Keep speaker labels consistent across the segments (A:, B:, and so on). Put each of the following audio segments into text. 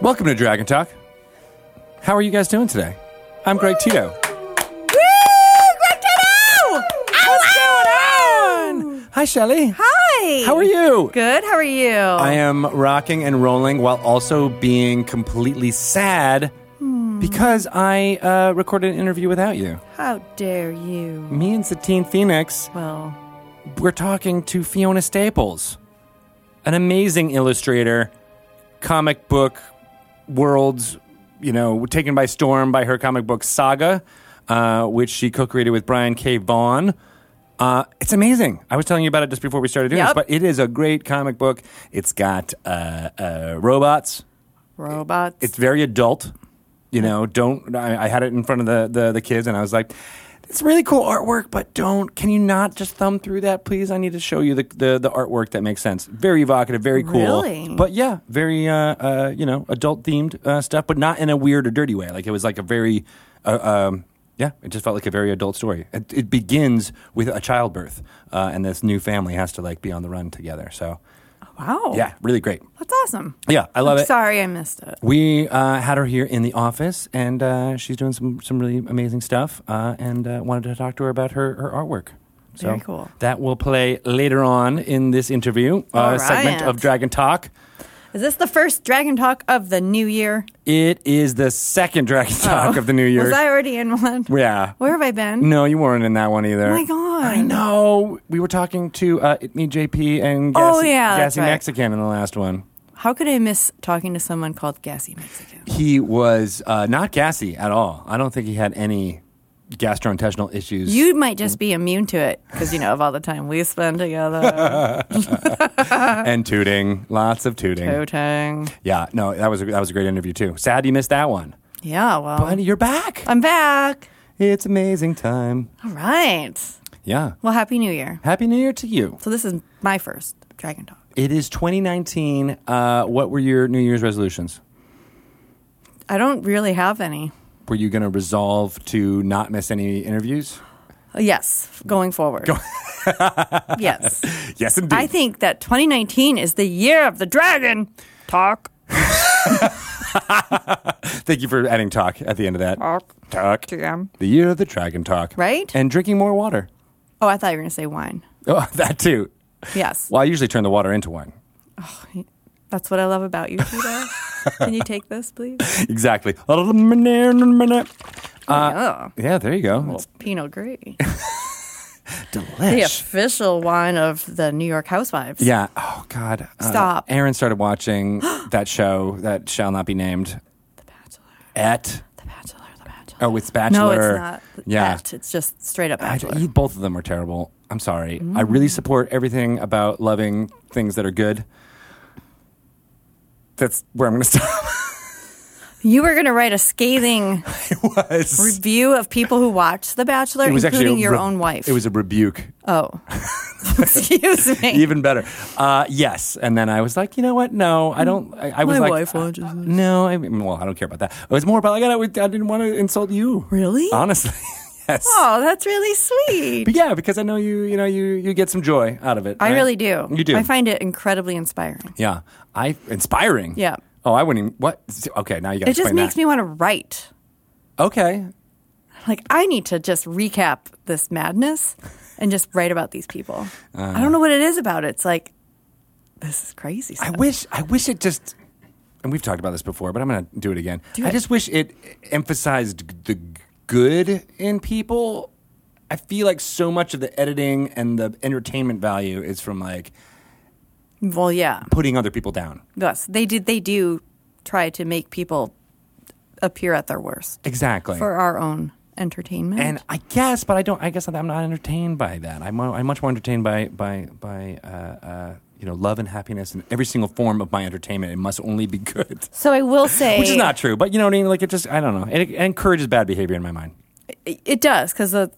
A: Welcome to Dragon Talk. How are you guys doing today? I'm Greg Tito. Hi, Shelly.
B: Hi.
A: How are you?
B: Good. How are you?
A: I am rocking and rolling while also being completely sad because I uh, recorded an interview without you.
B: How dare you?
A: Me and Satine Phoenix,
B: Well,
A: we're talking to Fiona Staples, an amazing illustrator, comic book worlds, you know, taken by storm by her comic book saga, uh, which she co created with Brian K. Vaughan. Uh, it's amazing. I was telling you about it just before we started doing
B: Yep.
A: this, but it is a great comic book. It's got uh, uh, robots,
B: robots.
A: it's very adult. You know, don't. I, I had it in front of the, the the kids, and I was like, "It's really cool artwork, but don't. Can you not just thumb through that, please? I need to show you the the, the artwork that makes sense. Very evocative, very cool.
B: Really?
A: But yeah, very uh, uh you know adult themed uh, stuff, but not in a weird or dirty way. Like it was like a very uh, um. Yeah, it just felt like a very adult story. It, it begins with a childbirth, uh, and this new family has to like be on the run together. So,
B: wow.
A: yeah, really great.
B: That's awesome.
A: Yeah, I love
B: I'm
A: it.
B: Sorry, I missed it.
A: We uh, had her here in the office, and uh, she's doing some, some really amazing stuff. Uh, and uh, wanted to talk to her about her, her artwork. So
B: Very cool.
A: That will play later on in this interview uh,
B: All
A: segment
B: right.
A: of Dragon Talk.
B: Is this the first Dragon Talk of the new year?
A: It is the second Dragon Talk of the new year.
B: Oh. Was I already in one?
A: yeah.
B: Where have I been?
A: No, you weren't in that one either.
B: Oh my God.
A: I know. We were talking to uh, It Me JP and Gassy,
B: Oh, yeah, that's
A: Gassy
B: right.
A: Mexican in the last one.
B: How could I miss talking to someone called Gassy Mexican?
A: He was uh, not gassy at all. I don't think he had any gastrointestinal issues.
B: You might just be immune to it because you know of all the time we spend together. Oh.
A: and tooting, lots of tooting.
B: Voting.
A: Yeah, no, that was a, that was a great interview too. Sad you missed that one,
B: Yeah. Well,
A: but you're back.
B: I'm back.
A: It's amazing time.
B: All right.
A: Yeah,
B: Well, happy New Year.
A: happy New Year to you.
B: So this is my first Dragon Talk.
A: It is 2019. Uh, what were your New Year's resolutions?
B: I don't really have any.
A: Were you going to resolve to not miss any interviews?
B: Yes, going forward. yes.
A: Yes, indeed.
B: I think that 2019 is the year of the dragon talk.
A: Thank you for adding talk at the end of that.
B: Talk.
A: Talk.
B: Damn.
A: The year of the dragon talk.
B: Right?
A: And drinking more water.
B: Oh, I thought you were going to say wine.
A: Oh, that too.
B: Yes.
A: Well, I usually turn the water into wine.
B: That's what I love about you, Tito. Can you take this, please?
A: Exactly. Yeah,
B: Uh,
A: there you go. It's
B: Pinot Gris.
A: delish.
B: the official wine of the New York Housewives.
A: Yeah. Oh God. Uh,
B: Stop.
A: Aaron started watching that show that shall not be named.
B: The Bachelor.
A: At
B: The Bachelor. The Bachelor.
A: oh, it's
B: no,
A: Bachelor.
B: it's not.
A: Yeah.
B: That. It's just straight up
A: I,
B: Bachelor.
A: you- both of them are terrible. I'm sorry. I
B: Mm.
A: really support everything about loving things that are good. That's where I'm going to stop.
B: you were going to write a scathing
A: it was.
B: review of people who watch The Bachelor,
A: it was actually
B: including
A: a
B: your
A: re-
B: own wife.
A: It was a rebuke.
B: Oh. Excuse me.
A: Even better. Uh, yes. And then I was like, you know what? No, I don't. I, I was
B: My
A: like,
B: wife watches this.
A: No, I mean, well, I don't care about that. It was more about like I, I didn't want to insult you.
B: Really?
A: Honestly. yes.
B: oh, that's really sweet.
A: But yeah, because I know you, you know, you you get some joy out of it.
B: I
A: right?
B: really do.
A: You do.
B: I find it incredibly inspiring.
A: yeah, I inspiring.
B: Yeah.
A: Oh, I wouldn't. Even, what? Okay, now you got to
B: It just makes me want to write.
A: Okay.
B: Like, I need to just recap this madness and just write about these people. I
A: Uh.
B: don't know what it is about it. It's like, this is crazy.
A: I
B: stuff.
A: wish. I wish it just. And we've talked about this before, but I'm going to do it again. I
B: it.
A: just wish it emphasized the good in people. I feel like so much of the editing and the entertainment value is from like
B: well, yeah.
A: putting other people down.
B: Yes, they do, they do try to make people appear at their worst
A: Exactly.
B: for our own entertainment.
A: and I guess, but I don't. I guess I'm not entertained by that. I'm, I'm much more entertained by by by uh, uh, you know love and happiness in every single form of my entertainment. It must only be good,
B: so I will say.
A: which is not true. But you know what I mean. Like it just I don't know. It, it encourages bad behavior in my mind.
B: It it does because it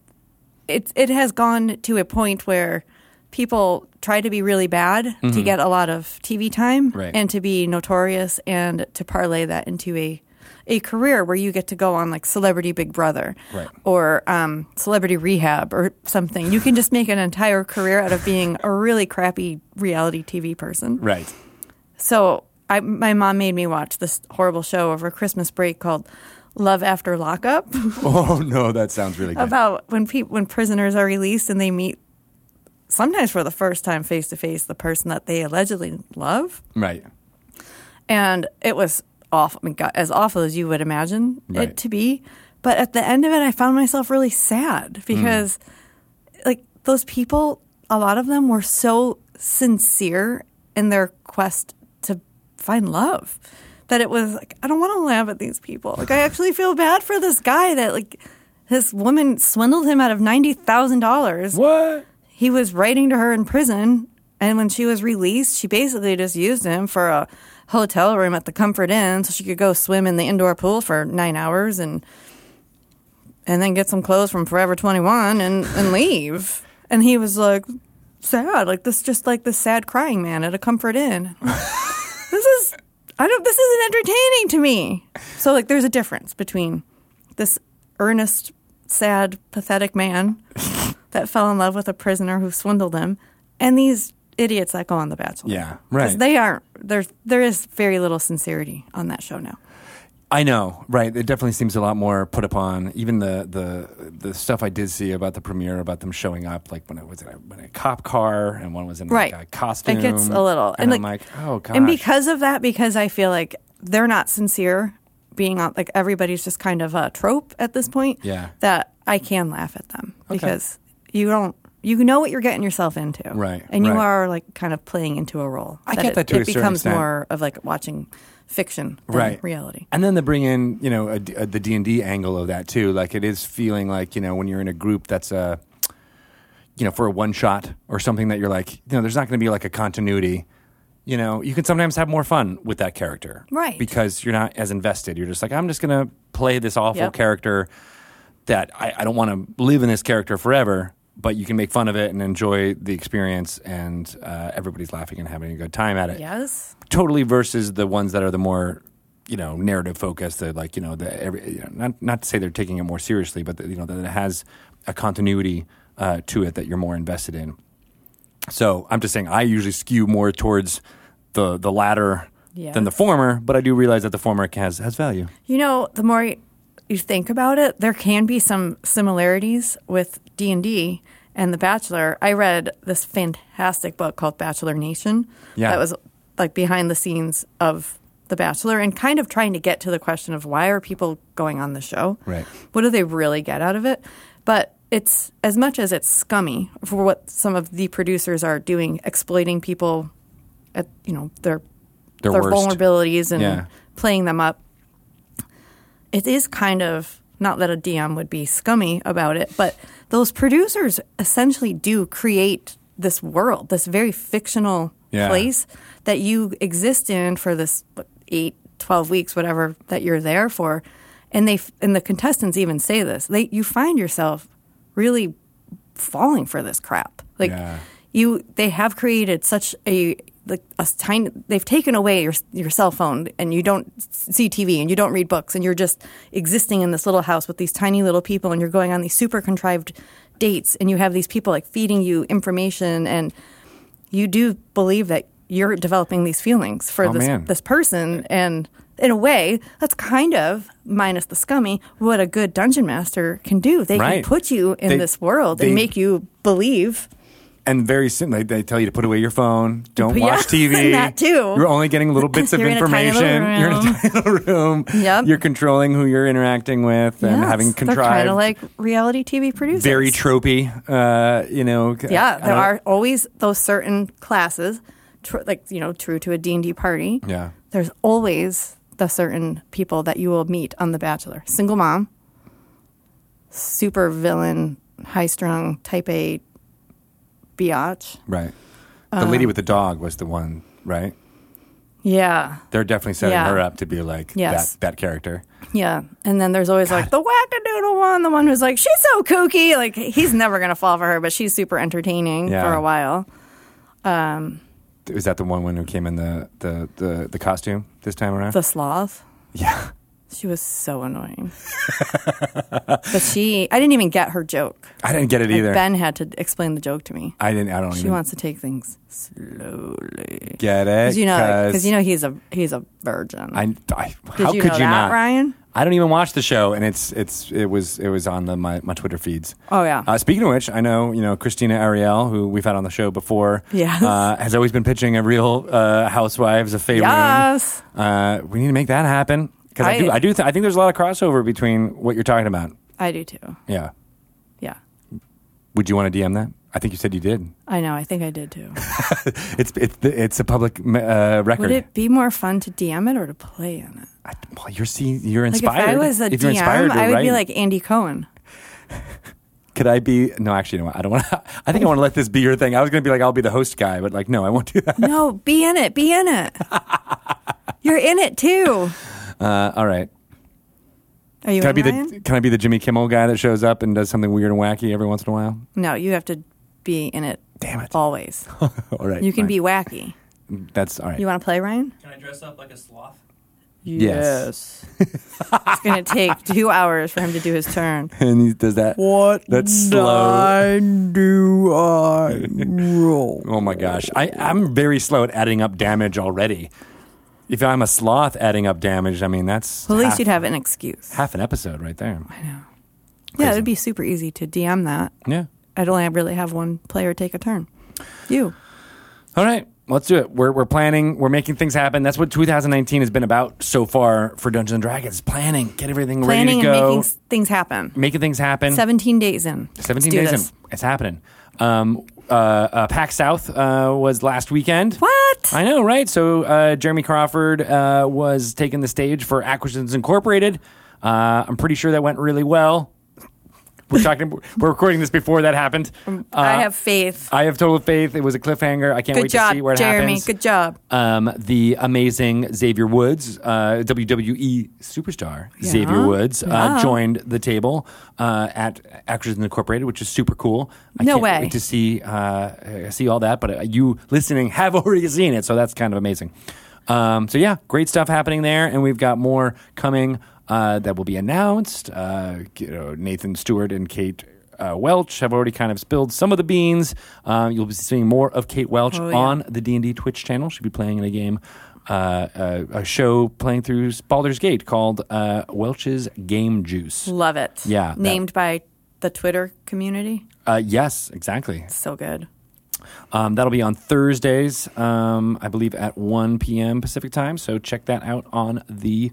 B: it has gone to a point where people try to be really bad to get a lot of TV time
A: Mm-hmm. Right.
B: and to be notorious and to parlay that into a a career where you get to go on like Celebrity Big Brother
A: Right.
B: or um, Celebrity Rehab or something. You can just make an entire career out of being a really crappy reality TV person.
A: Right.
B: So I, my mom made me watch this horrible show over Christmas break called Love After Lockup
A: Oh no, that sounds really good.
B: about when peop when prisoners are released and they meet sometimes for the first time face to face the person that they allegedly love.
A: right.
B: and it was awful. I mean, God, as awful as you would imagine
A: Right.
B: it to be. But at the end of it, I found myself really sad because, like, those people, a lot of them were so sincere in their quest to find love that it was like, I don't want to laugh at these people. Like, I actually feel bad for this guy that, like, this woman swindled him out of $90,000
A: What?
B: he was writing to her in prison and when she was released she basically just used him for a hotel room at the comfort inn so she could go swim in the indoor pool for nine hours and and then get some clothes from forever 21 and and leave and he was like sad like this just like this sad crying man at a comfort inn this is i don't this isn't entertaining to me so like there's a difference between this earnest sad pathetic man that fell in love with a prisoner who swindled him, and these idiots that go on The Bachelor.
A: Yeah,
B: 'Cause
A: right.
B: They aren't. There's there is very little sincerity on that show now.
A: I know, right? It definitely seems a lot more put upon. Even the the the stuff I did see about the premiere about them showing up, like when it was in a, when a cop car and one was in
B: Right.
A: like a costume.
B: It gets a little.
A: and,
B: And,
A: I'm like,
B: like-
A: oh gosh.
B: And because of that, because I feel like they're not sincere, being on like everybody's just kind of a trope at this point.
A: Yeah.
B: That I can laugh at them because you don't. You know what you're getting yourself into,
A: Right,
B: And you
A: right.
B: are like kind of playing into a role.
A: I get
B: it,
A: that to
B: it
A: a certain
B: becomes
A: extent.
B: more of like watching fiction than
A: Right.
B: reality.
A: And then they bring in, you know, a d a the D and D angle of that too. Like it is feeling like you know when you're in a group that's a, you know, for a one shot or something that you're like, you know, there's not going to be like a continuity. You know, you can sometimes have more fun with that character,
B: Right.
A: Because you're not as invested. You're just like, I'm just going to play this awful
B: Yep.
A: character that I, I don't want to live in this character forever. But you can make fun of it and enjoy the experience, and uh, everybody's laughing and having a good time at it
B: Yes.
A: totally versus the ones that are the more you know narrative focused that like you know the every you know, not not to say they're taking it more seriously but that, you know that it has a continuity uh, to it that you're more invested in so i'm just saying i usually skew more towards the the latter
B: Yeah.
A: than the former but i do realize that the former has has value
B: You know, the more you think about it, there can be some similarities with D and D and The Bachelor. I read this fantastic book called Bachelor Nation.
A: Yeah.
B: that was like behind the scenes of The Bachelor and kind of trying to get to the question of why are people going on the show?
A: Right.
B: What do they really get out of it? But it's as much as it's scummy for what some of the producers are doing, exploiting people at you know their
A: Their worst.
B: vulnerabilities and
A: Yeah.
B: playing them up. It is kind of not that a DM would be scummy about it, but those producers essentially do create this world, this very fictional
A: Yeah.
B: place that you exist in for this what, eight, 12 weeks, whatever that you're there for. And they f- and the contestants even say this. They you find yourself really falling for this crap. Like
A: Yeah.
B: you, they have created such a like a tiny. They've taken away your your cell phone, and you don't see TV, and you don't read books, and you're just existing in this little house with these tiny little people, and you're going on these super contrived dates, and you have these people like feeding you information, and you do believe that you're developing these feelings for
A: Oh,
B: this
A: man.
B: this person, and in a way, that's kind of minus the scummy what a good dungeon master can do. They
A: Right.
B: can put you in
A: They-
B: this world
A: they-
B: and make you believe.
A: and very soon they, they tell you to put away your phone don't
B: Yeah,
A: watch tv
B: that too.
A: you're only getting little bits of
B: You're in a tiny
A: information
B: little
A: you're in a tiny little room
B: Yep.
A: you're controlling who you're interacting with and
B: Yes,
A: having
B: They're kind
A: contrived
B: of like reality TV producers.
A: very tropey uh, you know c- I
B: Yeah,
A: don't-
B: there are always those certain classes, tr- like you know, true to a D and D party.
A: Yeah.
B: there's always the certain people that you will meet on The Bachelor. Single mom, super villain, high strung, type A, biatch.
A: right the
B: Uh,
A: lady with the dog was the one right
B: Yeah,
A: they're definitely setting
B: Yeah.
A: her up to be like
B: Yes.
A: that, that character
B: yeah. And then there's always like the wackadoodle one, the one who's like, she's so kooky. Like he's never gonna fall for her, but she's super entertaining
A: Yeah.
B: for a while.
A: is that the one when who came in the the, the, the costume this time around
B: The sloth.
A: yeah
B: She was so annoying. but she, I didn't even get her joke.
A: I didn't get it
B: Like,
A: either.
B: ben had to explain the joke to me.
A: I didn't. I don't
B: She
A: even
B: wants to take things slowly.
A: get it.
B: Because you know, because
A: because
B: you know he's a he's a virgin.
A: I, I-
B: Did
A: how
B: you
A: could
B: know
A: you
B: that,
A: not?
B: Ryan?
A: I don't even watch the show, and it's it's it was it was on the my, my Twitter feeds.
B: Oh, yeah.
A: Uh, speaking of which, I know you know Christina Ariel, who we've had on the show before.
B: Yes.
A: Uh, has always been pitching a real uh, Housewives a favor.
B: Yes.
A: Uh, we need to make that happen because I,
B: I-
A: do. I do. Th- I think there's a lot of crossover between what you're talking about.
B: I do too.
A: Yeah.
B: Yeah,
A: Would you want to DM that? I think you said you did.
B: I know. I think I did too.
A: It's it's it's a public uh, record.
B: Would it be more fun to DM it or to play on it?
A: I- well, you're see, you're
B: Like
A: inspired.
B: if I was a
A: If you're inspired
B: DM,
A: to
B: I would be
A: write.
B: like Andy Cohen.
A: Could I be? No, actually, no. I don't want. to I think I want to let this be your thing. I was going to be like, I'll be the host guy, but like, no, I won't do that.
B: No, be in it. Be in it. You're in it too.
A: Uh, all right.
B: Are you
A: Can I
B: in,
A: be
B: Ryan?
A: the Can I be the Jimmy Kimmel guy that shows up and does something weird and wacky every once in a while?
B: No, you have to be in it.
A: Damn it.
B: Always.
A: all right.
B: You can
A: fine.
B: be wacky.
A: That's all right.
B: You want to play, Ryan?
C: Can I dress up like a sloth?
A: Yes.
B: it's going to take two hours for him to do his turn.
A: and he does that.
C: What?
A: That's slow.
C: do I roll?
A: Oh my gosh. I I'm very slow at adding up damage already. If I'm a sloth adding up damage, I mean that's
B: Well, at least
A: half,
B: you'd have an excuse.
A: half an episode right there.
B: Yeah, it would be super easy to DM that.
A: Yeah.
B: I'd only really have one player take a turn. You.
A: All right, let's do it. We're, we're planning. We're making things happen. That's what 2019 has been about so far for Dungeons and Dragons. Planning, get everything
B: Planning
A: ready to
B: and
A: go,
B: making s- things happen.
A: making things happen.
B: 17 days in. Let's
A: 17
B: do
A: days
B: this.
A: in, it's happening. Um, uh, uh, Pack South uh, was last weekend.
B: What?
A: I know, right? So uh, Jeremy Crawford uh, was taking the stage for Acquisitions Incorporated. Uh, I'm pretty sure that went really well. We're talking. we're recording this before that happened.
B: I
A: Uh,
B: have faith.
A: I have total faith. It was a cliffhanger. I can't
B: Good
A: wait
B: job,
A: to see where it
B: Jeremy.
A: happens
B: Good job.
A: um, the amazing Xavier Woods, uh, WWE superstar Xavier Woods, uh,
B: Yeah.
A: joined the table uh, at Actors Incorporated, which is super cool. I
B: No
A: can't
B: way.
A: wait to see uh, uh, see all that. But uh, you listening have already seen it, so that's kind of amazing. Um, so yeah, great stuff happening there, and we've got more coming uh, that will be announced. Uh, you know, Nathan Stewart and Kate. Uh, Welch have already kind of spilled some of the beans. Um, you'll be seeing more of Kate Welch
B: Oh, yeah.
A: on the D and D Twitch channel. She'll be playing in a game, uh, a, a show playing through Baldur's Gate called uh, Welch's Game Juice.
B: Love it.
A: Yeah, that-
B: Named by the Twitter community.
A: Uh, yes, exactly.
B: So good.
A: Um, that'll be on Thursdays, um, I believe, at one p.m. Pacific time. So check that out on the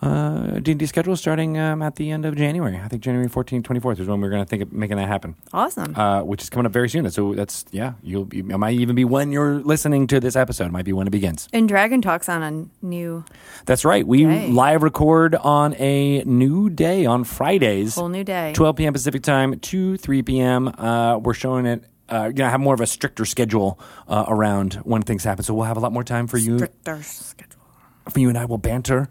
A: uh, D and D schedule starting um, at the end of January. I think January 14th, 24th is when we're going to think of making that happen.
B: Awesome.
A: uh, which is coming up very soon. So that's yeah, you'll be, it might even be when you're listening to this episode. It might be when it begins.
B: and Dragon Talk's on a new,
A: That's right. We
B: Yay.
A: live record on a new day on Fridays,
B: whole new day.
A: 12 p.m. Pacific time to 3 p.m. Uh, we're showing it. Uh, you know, have more of a stricter schedule uh, around when things happen. So we'll have a lot more time for you.
B: Stricter schedule.
A: for you and I will banter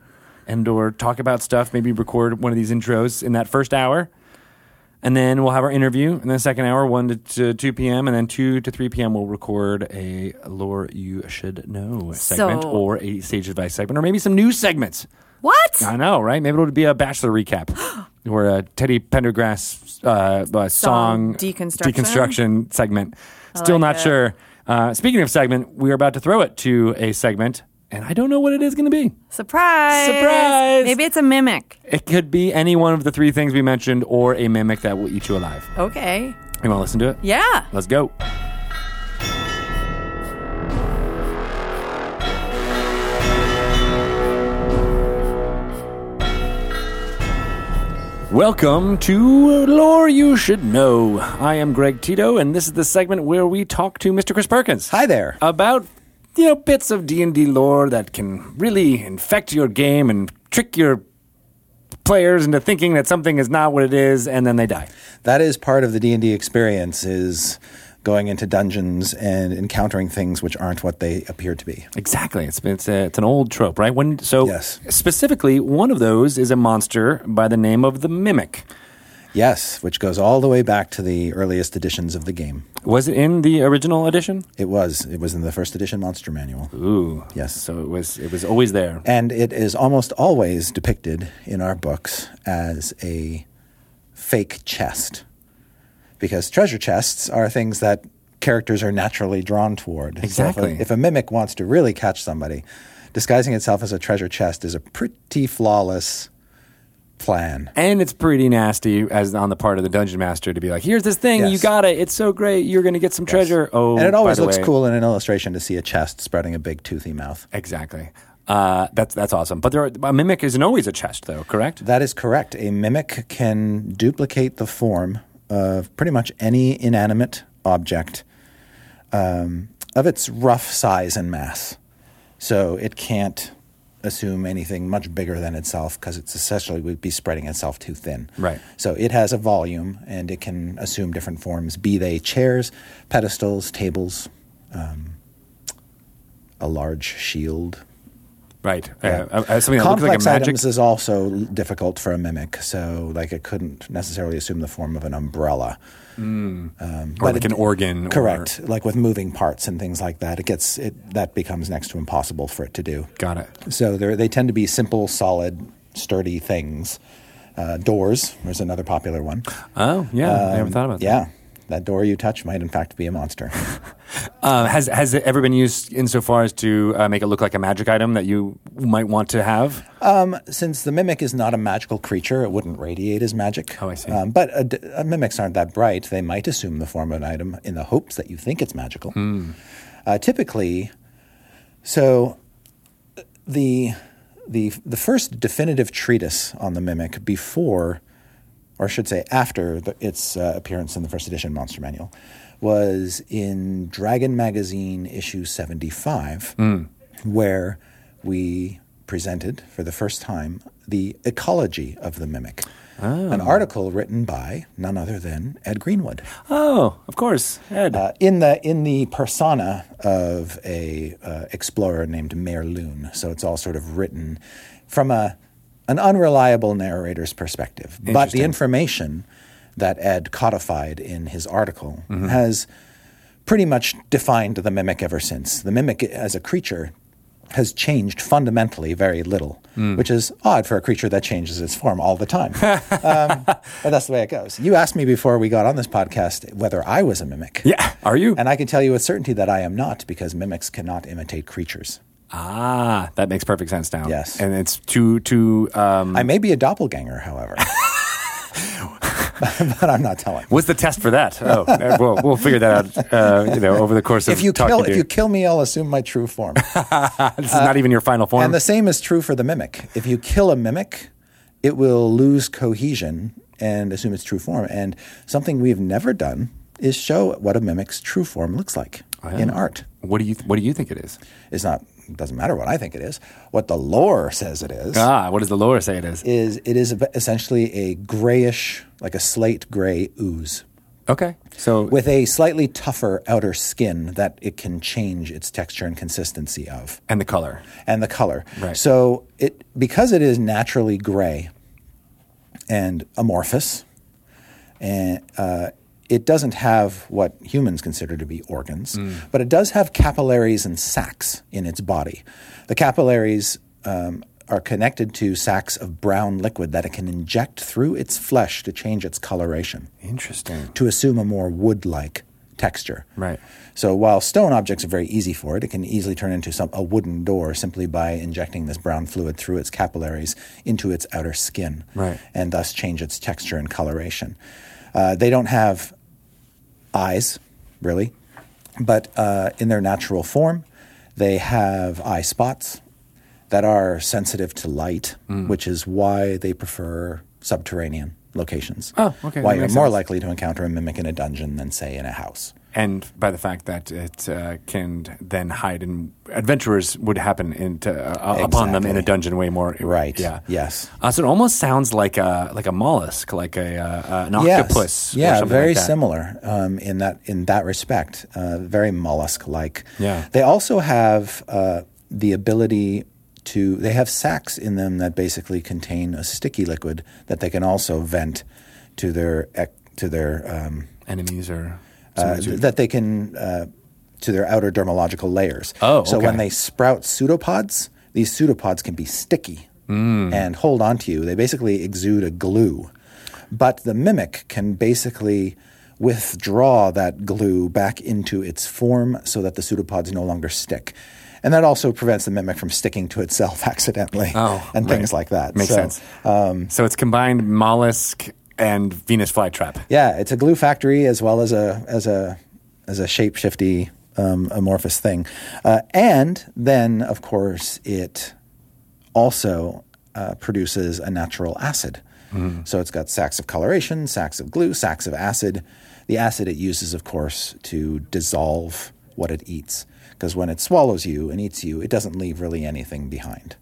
A: and or talk about stuff, maybe record one of these intros in that first hour. And then we'll have our interview in the second hour, 1 to, to 2 p.m. And then 2 to 3 p.m. we'll record a lore you should know segment
B: So-
A: or a stage advice segment or maybe some news segments.
B: What?
A: I know, right? Maybe it'll be a Bachelor recap or a Teddy Pendergrass uh, uh, song
B: Song deconstruction?
A: deconstruction segment. Still
B: like
A: not
B: it.
A: sure. Uh, speaking of segment, we're about to throw it to a segment, and I don't know what it is going to be.
B: Surprise.
A: Surprise!
B: Maybe it's a mimic.
A: It could be any one of the three things we mentioned or a mimic that will eat you alive.
B: Okay.
A: You want to listen to it?
B: Yeah.
A: Let's go. Welcome to Lore You Should Know. I am Greg Tito, and this is the segment where we talk to Mr. Chris Perkins.
C: Hi there.
A: About you know bits of D and D lore that can really infect your game and trick your players into thinking that something is not what it is, and then they die.
C: That is part of the D and D experience: is going into dungeons and encountering things which aren't what they appear to be.
A: Exactly. It's it's, a, it's an old trope, right? When so
C: Yes.
A: specifically one of those is a monster by the name of the mimic.
C: Yes, which goes all the way back to the earliest editions of the game.
A: Was it in the original edition?
C: It was. It was in the first edition Monster Manual.
A: Ooh.
C: Yes.
A: So it was it was always there.
C: And it is almost always depicted in our books as a fake chest. Because treasure chests are things that characters are naturally drawn toward. So if a-
A: Exactly.
C: if, a, mimic wants to really catch somebody, disguising itself as a treasure chest is a pretty flawless plan.
A: And it's pretty nasty as on the part of the dungeon master to be like, "Here's this thing,
C: Yes.
A: you got it. It's so great. You're going to get some treasure." Oh,
C: and it
A: by
C: always
A: the
C: looks
A: way-
C: cool in an illustration to see a chest spreading a big toothy mouth.
A: Exactly. Uh, that's that's awesome. But there are, a mimic isn't always a chest, though. Correct.
C: That is correct. A mimic can duplicate the form of pretty much any inanimate object um, of its rough size and mass. So it can't assume anything much bigger than itself because it's essentially would be spreading itself too thin.
A: Right.
C: So it has a volume and it can assume different forms, be they chairs, pedestals, tables, um, a large shield,
A: Right. Uh, uh, something that looks like a
C: complex
A: magic.
C: items is also l- difficult for a mimic. So, like, it couldn't necessarily assume the form of an umbrella.
A: or
C: but
A: like
C: it-
A: an organ. or-
C: Correct. Like with moving parts and things like that, it gets it that becomes next to impossible for it to do.
A: got it.
C: So they're- they tend to be simple, solid, sturdy things. Uh, doors. There's another popular one.
A: Oh yeah, I never
C: Um,
A: thought about that.
C: Yeah, that door you touch might in fact be a monster.
A: Uh, has has it ever been used insofar as to uh, make it look like a magic item that you might want to have?
C: since the mimic is not a magical creature, it wouldn't radiate as magic.
A: Oh, I see.
C: Um, but uh, d- uh, mimics aren't that bright. They might assume the form of an item in the hopes that you think it's magical.
A: Hmm.
C: Uh, typically, so uh, the the the first definitive treatise on the mimic before, or I should say after the, its uh, appearance in the first edition Monster Manual, was in Dragon Magazine issue seventy five, where we presented for the first time the ecology of the mimic. An article written by none other than Ed Greenwood
A: Oh, of course, Ed.
C: uh, in the in the persona of a uh, explorer named Merloon. So it's all sort of written from a an unreliable narrator's perspective, but the
A: Interesting.
C: information that Ed codified in his article has pretty much defined the mimic ever since. The mimic as a creature has changed fundamentally very little, which is odd for a creature that changes its form all the time. um, but that's the way it goes. You asked me before we got on this podcast whether I was a mimic.
A: yeah, are you?
C: And I can tell you with certainty that I am not because mimics cannot imitate creatures.
A: ah, that makes perfect sense now.
C: Yes.
A: and it's too too. Um,
C: I may be a doppelganger, however. but I'm not telling.
A: what's the test for that? Oh, uh, we'll we'll figure that out. Uh, you know, over the course of
C: If you
A: talking
C: kill
A: to
C: if you kill me, I'll assume my true form.
A: this is not even your final form.
C: and the same is true for the mimic. If you kill a mimic, it will lose cohesion and assume its true form. And something we've never done is show what a mimic's true form looks like in art.
A: what do you What do you think it is?
C: It's not doesn't matter what I think it is. What the lore says it is.
A: Ah, what does the lore say it is?
C: is it is essentially a grayish, like a slate gray ooze
A: Okay, so
C: with a slightly tougher outer skin that it can change its texture and consistency of
A: and the color.
C: and the color.
A: Right.
C: So it because it is naturally gray and amorphous, and uh, it doesn't have what humans consider to be organs, but it does have capillaries and sacs in its body. The capillaries um, are connected to sacs of brown liquid that it can inject through its flesh to change its coloration
A: Interesting.
C: to assume a more wood like texture.
A: Right.
C: So while stone objects are very easy for it, it can easily turn into some, a wooden door simply by injecting this brown fluid through its capillaries into its outer skin,
A: Right.
C: and thus change its texture and coloration. Uh, they don't have eyes, really, but uh, in their natural form, they have eye spots that are sensitive to light,
A: Mm.
C: which is why they prefer subterranean locations.
A: Oh, okay,
C: Why
A: that
C: you're
A: makes
C: more
A: sense.
C: likely to encounter a mimic in a dungeon than, say, in a house.
A: and by the fact that it uh, can then hide in adventurers would happen into, uh, upon them in a
C: Exactly.
A: dungeon way more
C: Right.
A: yeah
C: Yes.
A: uh, so it almost sounds like a like a mollusk like a uh, an
C: Yes.
A: octopus or
C: Yeah,
A: something
C: very
A: like that.
C: similar um, in that in that respect. Uh, very mollusk-like.
A: Yeah.
C: They also have uh, the ability to. They have sacs in them that basically contain a sticky liquid that they can also vent to their ec- to their um,
A: Enemies or
C: uh, th- that they can uh, to their outer dermological layers.
A: Oh,
C: so
A: okay.
C: when they sprout pseudopods, these pseudopods can be sticky
A: Mm.
C: and hold onto you. They basically exude a glue, but the mimic can basically withdraw that glue back into its form so that the pseudopods no longer stick. And that also prevents the mimic from sticking to itself accidentally
A: Oh,
C: and
A: right.
C: things like that.
A: makes
C: So, um,
A: sense. so it's combined mollusk and Venus flytrap.
C: Yeah, it's a glue factory as well as a as a as a shapeshifty um, amorphous thing, uh, and then of course it also uh, produces a natural acid. So it's got sacks of coloration, sacks of glue, sacks of acid. The acid it uses, of course, to dissolve what it eats. Because when it swallows you and eats you, it doesn't leave really anything behind.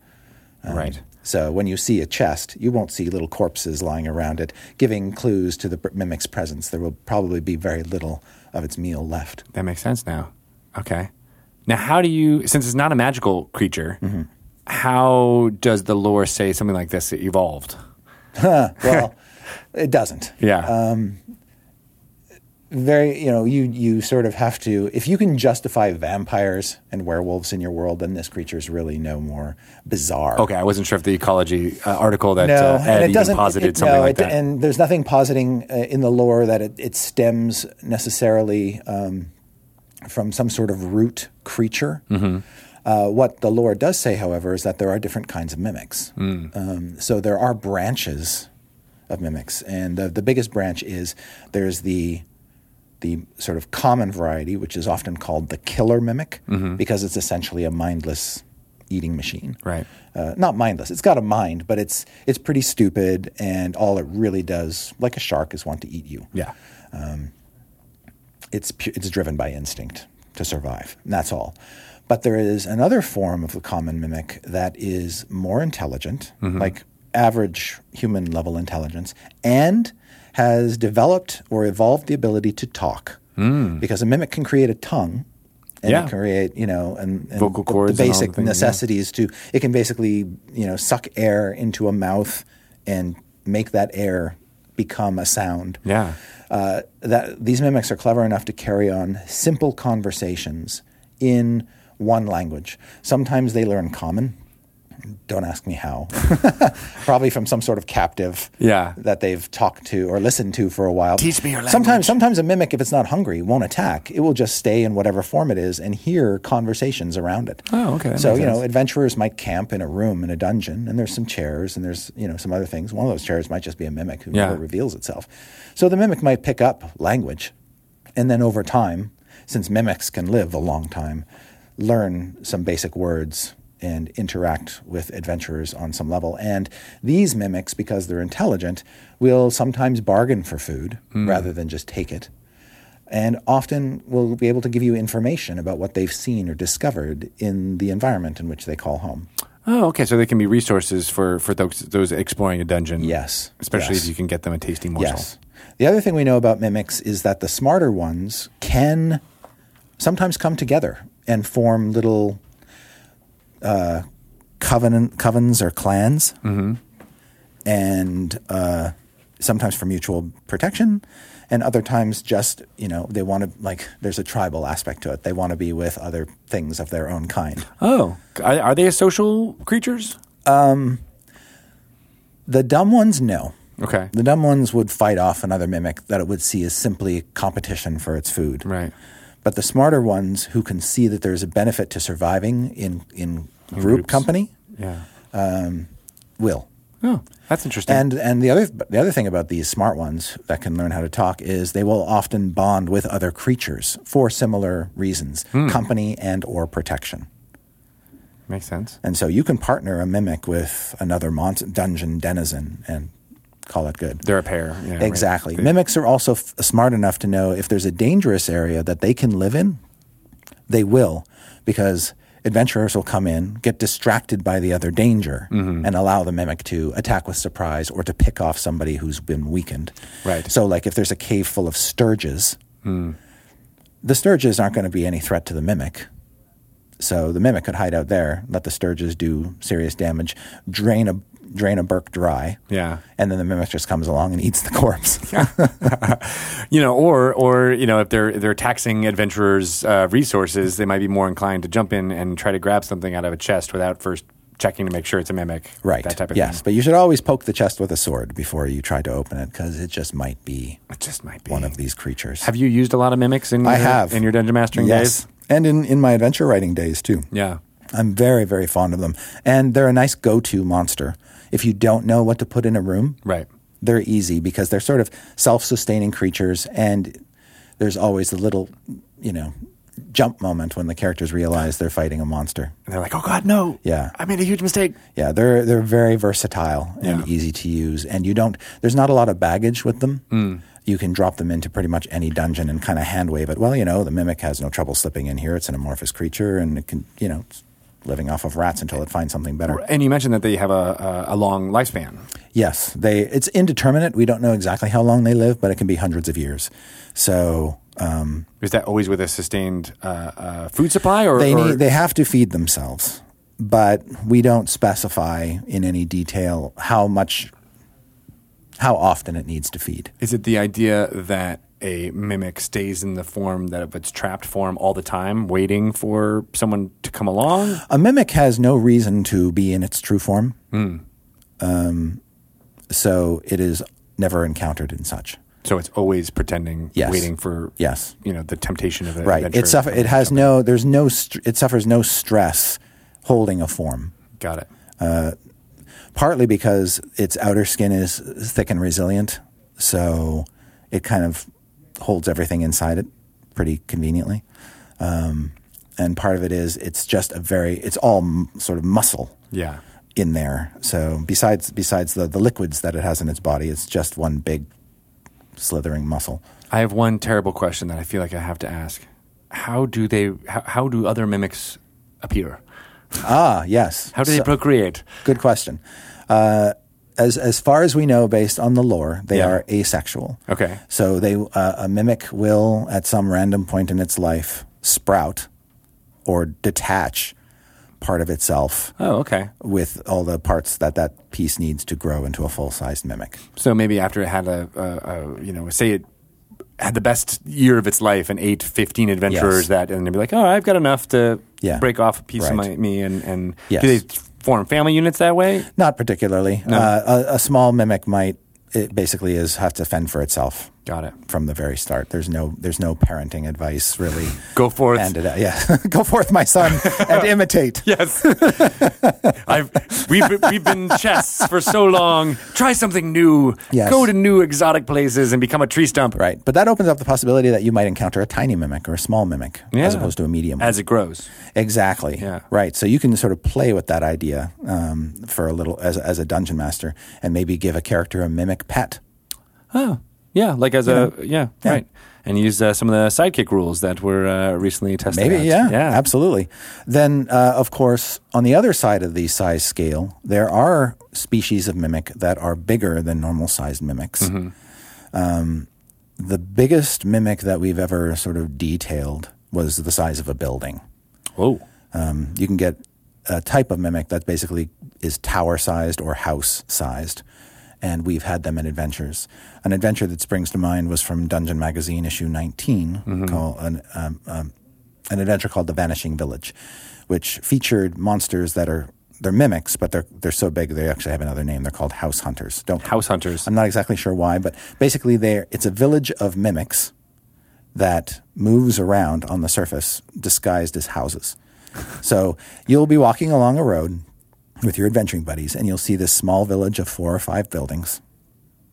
C: Um,
A: right.
C: So when you see a chest, you won't see little corpses lying around it, giving clues to the pr- mimic's presence. There will probably be very little of its meal left.
A: That makes sense now. Okay. Now, how do you, since it's not a magical creature,
C: Mm-hmm.
A: how does the lore say something like this evolved?
C: Well, it doesn't.
A: Yeah.
C: Very, you know, you you sort of have to. If you can justify vampires and werewolves in your world, then this creature's really no more bizarre.
A: okay. I wasn't sure if the ecology uh, article that
C: No,
A: uh, Ed
C: and it
A: even
C: doesn't.
A: posited
C: it-
A: something
C: no,
A: like
C: it-
A: that.
C: And there's nothing positing uh, in the lore that it, it stems necessarily um, from some sort of root creature.
A: Mm-hmm.
C: Uh, what the lore does say, however, is that there are different kinds of mimics.
A: Mm.
C: Um, so there are branches of mimics, and the, the biggest branch is there's the the sort of common variety, which is often called the killer mimic,
A: Mm-hmm.
C: because it's essentially a mindless eating machine
A: right.
C: uh, not mindless. It's got a mind, but it's it's pretty stupid, and all it really does, like a shark, is want to eat you.
A: Yeah.
C: It's pu- it's driven by instinct to survive. And that's all. But there is another form of the common mimic that is more intelligent,
A: Mm-hmm.
C: like average human level intelligence, and has developed or evolved the ability to talk. Because a mimic can create a tongue.
A: Mm.
C: And
A: Yeah.
C: it can create, you know, and, and
A: Vocal
C: the-
A: cords
C: the
A: and all the
C: basic
A: things, yeah.
C: necessities. capacities to it can basically you know suck air into a mouth and make that air become a sound
A: Yeah.
C: uh, that these mimics are clever enough to carry on simple conversations in one language sometimes they learn common don't ask me how probably from some sort of captive
A: Yeah.
C: that they've talked to or listened to for a while
A: Teach me your language.
C: sometimes sometimes a mimic if it's not hungry won't attack it will just stay in whatever form it is and hear conversations around it
A: Oh, okay. That
C: so
A: makes
C: you know,
A: sense.
C: adventurers might camp in a room in a dungeon, and there's some chairs, and there's you know some other things. One of those chairs might just be a mimic who
A: Yeah.
C: never reveals itself. So the mimic might pick up language, and then over time, since mimics can live a long time, learn some basic words and interact with adventurers on some level. And these mimics, because they're intelligent, will sometimes bargain for food
A: Hmm.
C: rather than just take it and often will be able to give you information about what they've seen or discovered in the environment in which they call home.
A: Oh, okay. So they can be resources for, for those, those exploring a dungeon.
C: Yes,
A: Especially
C: yes.
A: if you can get them a tasty morsel.
C: Yes. The other thing we know about mimics is that the smarter ones can sometimes come together and form little uh, coven covens or clans, and uh, sometimes for mutual protection, and other times just you know they want to like there's a tribal aspect to it. They want to be with other things of their own kind.
A: Oh, are, are they social creatures?
C: The dumb ones, no.
A: Okay.
C: The dumb ones would fight off another mimic that it would see as simply competition for its food.
A: Right.
C: But the smarter ones who can see that there's a benefit to surviving in, in, group
A: groups.
C: company
A: Yeah.
C: will.
A: Oh, that's interesting.
C: And and the other the other thing about these smart ones that can learn how to talk is they will often bond with other creatures for similar reasons,
A: Hmm.
C: company and or protection.
A: makes sense.
C: And so you can partner a mimic with another mon- dungeon denizen and call it good.
A: They're a pair. Yeah, right.
C: Exactly.
A: They-
C: Mimics are also f- smart enough to know if there's a dangerous area that they can live in, they will, because adventurers will come in, get distracted by the other danger,
A: Mm-hmm.
C: and allow the mimic to attack with surprise or to pick off somebody who's been weakened.
A: Right. Hmm.
C: So, like if there's a cave full of sturges, the sturges aren't going to be any threat to the mimic. So the mimic could hide out there, let the sturges do serious damage, drain a drain a Burke dry.
A: Yeah.
C: And then the mimic just comes along and eats the corpse.
A: you know, or or you know, if they're they're taxing adventurers' uh, resources, they might be more inclined to jump in and try to grab something out of a chest without first checking to make sure it's a mimic.
C: right.
A: That type of
C: yes.
A: thing.
C: But you should always poke the chest with a sword before you try to open it because it just might be
A: It just might be.
C: one of these creatures.
A: have you used a lot of mimics in your,
C: I have.
A: in your dungeon mastering
C: yes.
A: days?
C: And in, in my adventure writing days too.
A: Yeah.
C: I'm very, very fond of them. And they're a nice go to monster. If you don't know what to put in a room,
A: Right.
C: they're easy because they're sort of self sustaining creatures. And there's always the little, you know, jump moment when the characters realize they're fighting a monster.
A: And they're like, "Oh God, no!
C: Yeah.
A: I made a huge mistake."
C: Yeah, they're they're very versatile and
A: Yeah.
C: easy to use, and you don't. There's not a lot of baggage with them.
A: Mm.
C: You can drop them into pretty much any dungeon and kind of hand wave it. Well, you know, the mimic has no trouble slipping in here. It's an amorphous creature, and it can, you know, it's living off of rats until it finds something better.
A: And you mentioned that they have a a, a long lifespan.
C: Yes, they. It's indeterminate. We don't know exactly how long they live, but it can be hundreds of years. So um,
A: Is that always with a sustained uh, uh, food supply, or,
C: they
A: or-
C: need. They have to feed themselves, but we don't specify in any detail how much, how often it needs to feed.
A: is it the idea that a mimic stays in the form that of its trapped form all the time, waiting for someone to come along?
C: A mimic has no reason to be in its true form, um, so it is never encountered in such.
A: So it's always pretending,
C: Yes.
A: waiting for
C: Yes.
A: you know, the temptation of the
C: Right.
A: adventure.
C: It suffer. It has no. There's no. Str- it suffers no stress holding a form.
A: Got it.
C: partly because its outer skin is thick and resilient, so it kind of holds everything inside it pretty conveniently. Um, and part of it is it's just a very it's all m- sort of muscle
A: Yeah.
C: in there. So besides besides the the liquids that it has in its body, it's just one big slithering muscle.
A: I have one terrible question that I feel like I have to ask. How do they? How, how do other mimics appear?
C: Ah, yes.
A: How do they
C: So-
A: procreate?
C: Good question. Uh, as as far as we know, based on the lore, they
A: Yeah.
C: are asexual.
A: Okay.
C: So they uh, a mimic will at some random point in its life sprout or detach part of itself
A: Oh, okay.
C: with all the parts that that piece needs to grow into a full sized mimic.
A: So maybe after it had a, a, a you know, say it had the best year of its life and ate 15 adventurers
C: Yes.
A: that, and they'd be like, oh, I've got enough to
C: Yeah.
A: break off a piece of
C: Right.
A: my, me. And, and
C: Yes.
A: do they form family units that way?
C: Not particularly. Uh, a, a small mimic might it basically is have to fend for itself
A: Got it.
C: from the very start. There's no there's no parenting advice really.
A: Go forth.
C: And it, yeah, go forth, my son, and imitate.
A: yes. I've, we've, been- we've been chess for so long. Try something new.
C: Yes.
A: Go to new exotic places and become a tree stump
C: Right. But that opens up the possibility that you might encounter a tiny mimic or a small mimic
A: Yeah.
C: as opposed to a medium. one.
A: as it grows.
C: exactly.
A: Yeah.
C: Right. So you can sort of play with that idea um, for a little as, as a dungeon master and maybe give a character a mimic pet.
A: Oh, yeah, like as a yeah,
C: Yeah.
A: right, and use uh, some of the sidekick rules that were uh, recently tested.
C: Maybe,
A: out.
C: yeah,
A: yeah,
C: absolutely. Then, uh, of course, on the other side of the size scale, there are species of mimic that are bigger than normal sized mimics. Um, the biggest mimic that we've ever sort of detailed was the size of a building.
A: Whoa,
C: Um, you can get a type of mimic that basically is tower sized or house sized. And we've had them in adventures. An adventure that springs to mind was from Dungeon Magazine, issue 19, called an, um, um, an adventure called The Vanishing Village, which featured monsters that are. They're mimics, but they're they're so big they actually have another name. They're called house hunters. Don't
A: house hunters.
C: I'm not exactly sure why, but basically, there it's a village of mimics that moves around on the surface disguised as houses. So you'll be walking along a road with your adventuring buddies, and you'll see this small village of four or five buildings,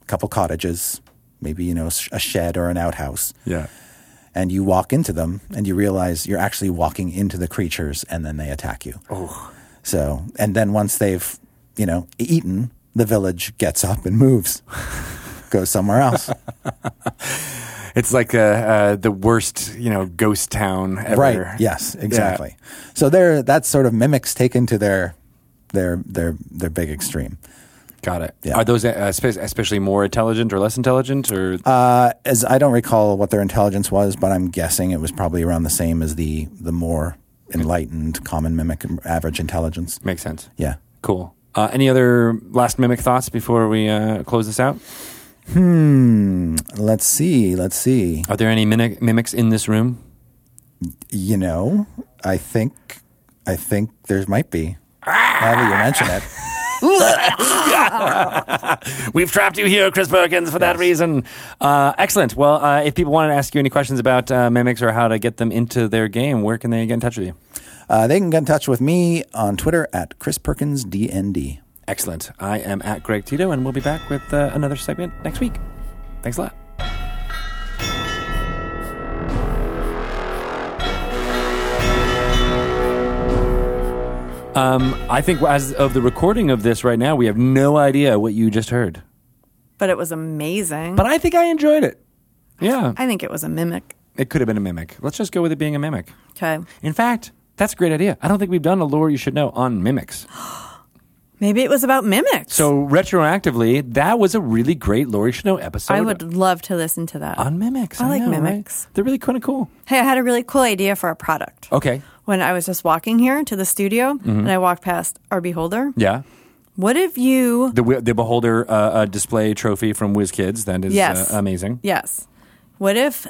C: a couple cottages, maybe you know sh- a shed or an outhouse,
A: yeah,
C: and you walk into them, and you realize you're actually walking into the creatures, and then they attack you.
A: oh,
C: So, and then once they've, you know, eaten, the village gets up and moves, goes somewhere else.
A: it's like uh, uh, the worst you know ghost town ever.
C: right. Yes, exactly. So there, that's sort of mimics taken to their, their, their, their big extreme.
A: Got it.
C: Yeah.
A: Are those uh, spe- especially more intelligent or less intelligent or
C: Uh, as I don't recall what their intelligence was, but I'm guessing it was probably around the same as the, the more enlightened, common mimic, average intelligence.
A: Makes sense.
C: Yeah.
A: Cool. Uh, any other last mimic thoughts before we uh, close this out?
C: Hmm. Let's see. Let's see.
A: Are there any mimic- mimics in this room?
C: You know, I think, I think there might be. Now that you mention it,
A: We've trapped you here, Chris Perkins, for that reason. Uh, excellent. Well, uh, if people wanted to ask you any questions about uh, mimics or how to get them into their game, where can they get in touch with you?
C: uh, they can get in touch with me on Twitter at Chris Perkins DND.
A: Excellent. I am at Greg Tito, and we'll be back with uh, another segment next week. Thanks a lot. Um, I think as of the recording of this right now, we have no idea what you just heard,
B: But it was amazing.
A: but um, I think I enjoyed it. Yeah,
B: I think it was a mimic.
A: it could have been a mimic. Let's just go with it being a mimic.
B: Okay.
A: In fact, that's a great idea. I don't think we've done a lore you should know on mimics.
B: Maybe it was about mimics.
A: So retroactively, that was a really great lore you should know episode.
B: I would love to listen to that.
A: on mimics.
B: I like
A: know, right?
B: mimics.
A: They're really kind of cool.
B: Hey, I had a really cool idea for a product.
A: Okay.
B: When I was just walking here to the studio
A: Mm-hmm.
B: and I walked past our beholder,
A: Yeah.
B: what if you,
A: The wi- the beholder uh, uh, display trophy from WizKids that is
B: Yes.
A: uh, amazing.
B: yes, what if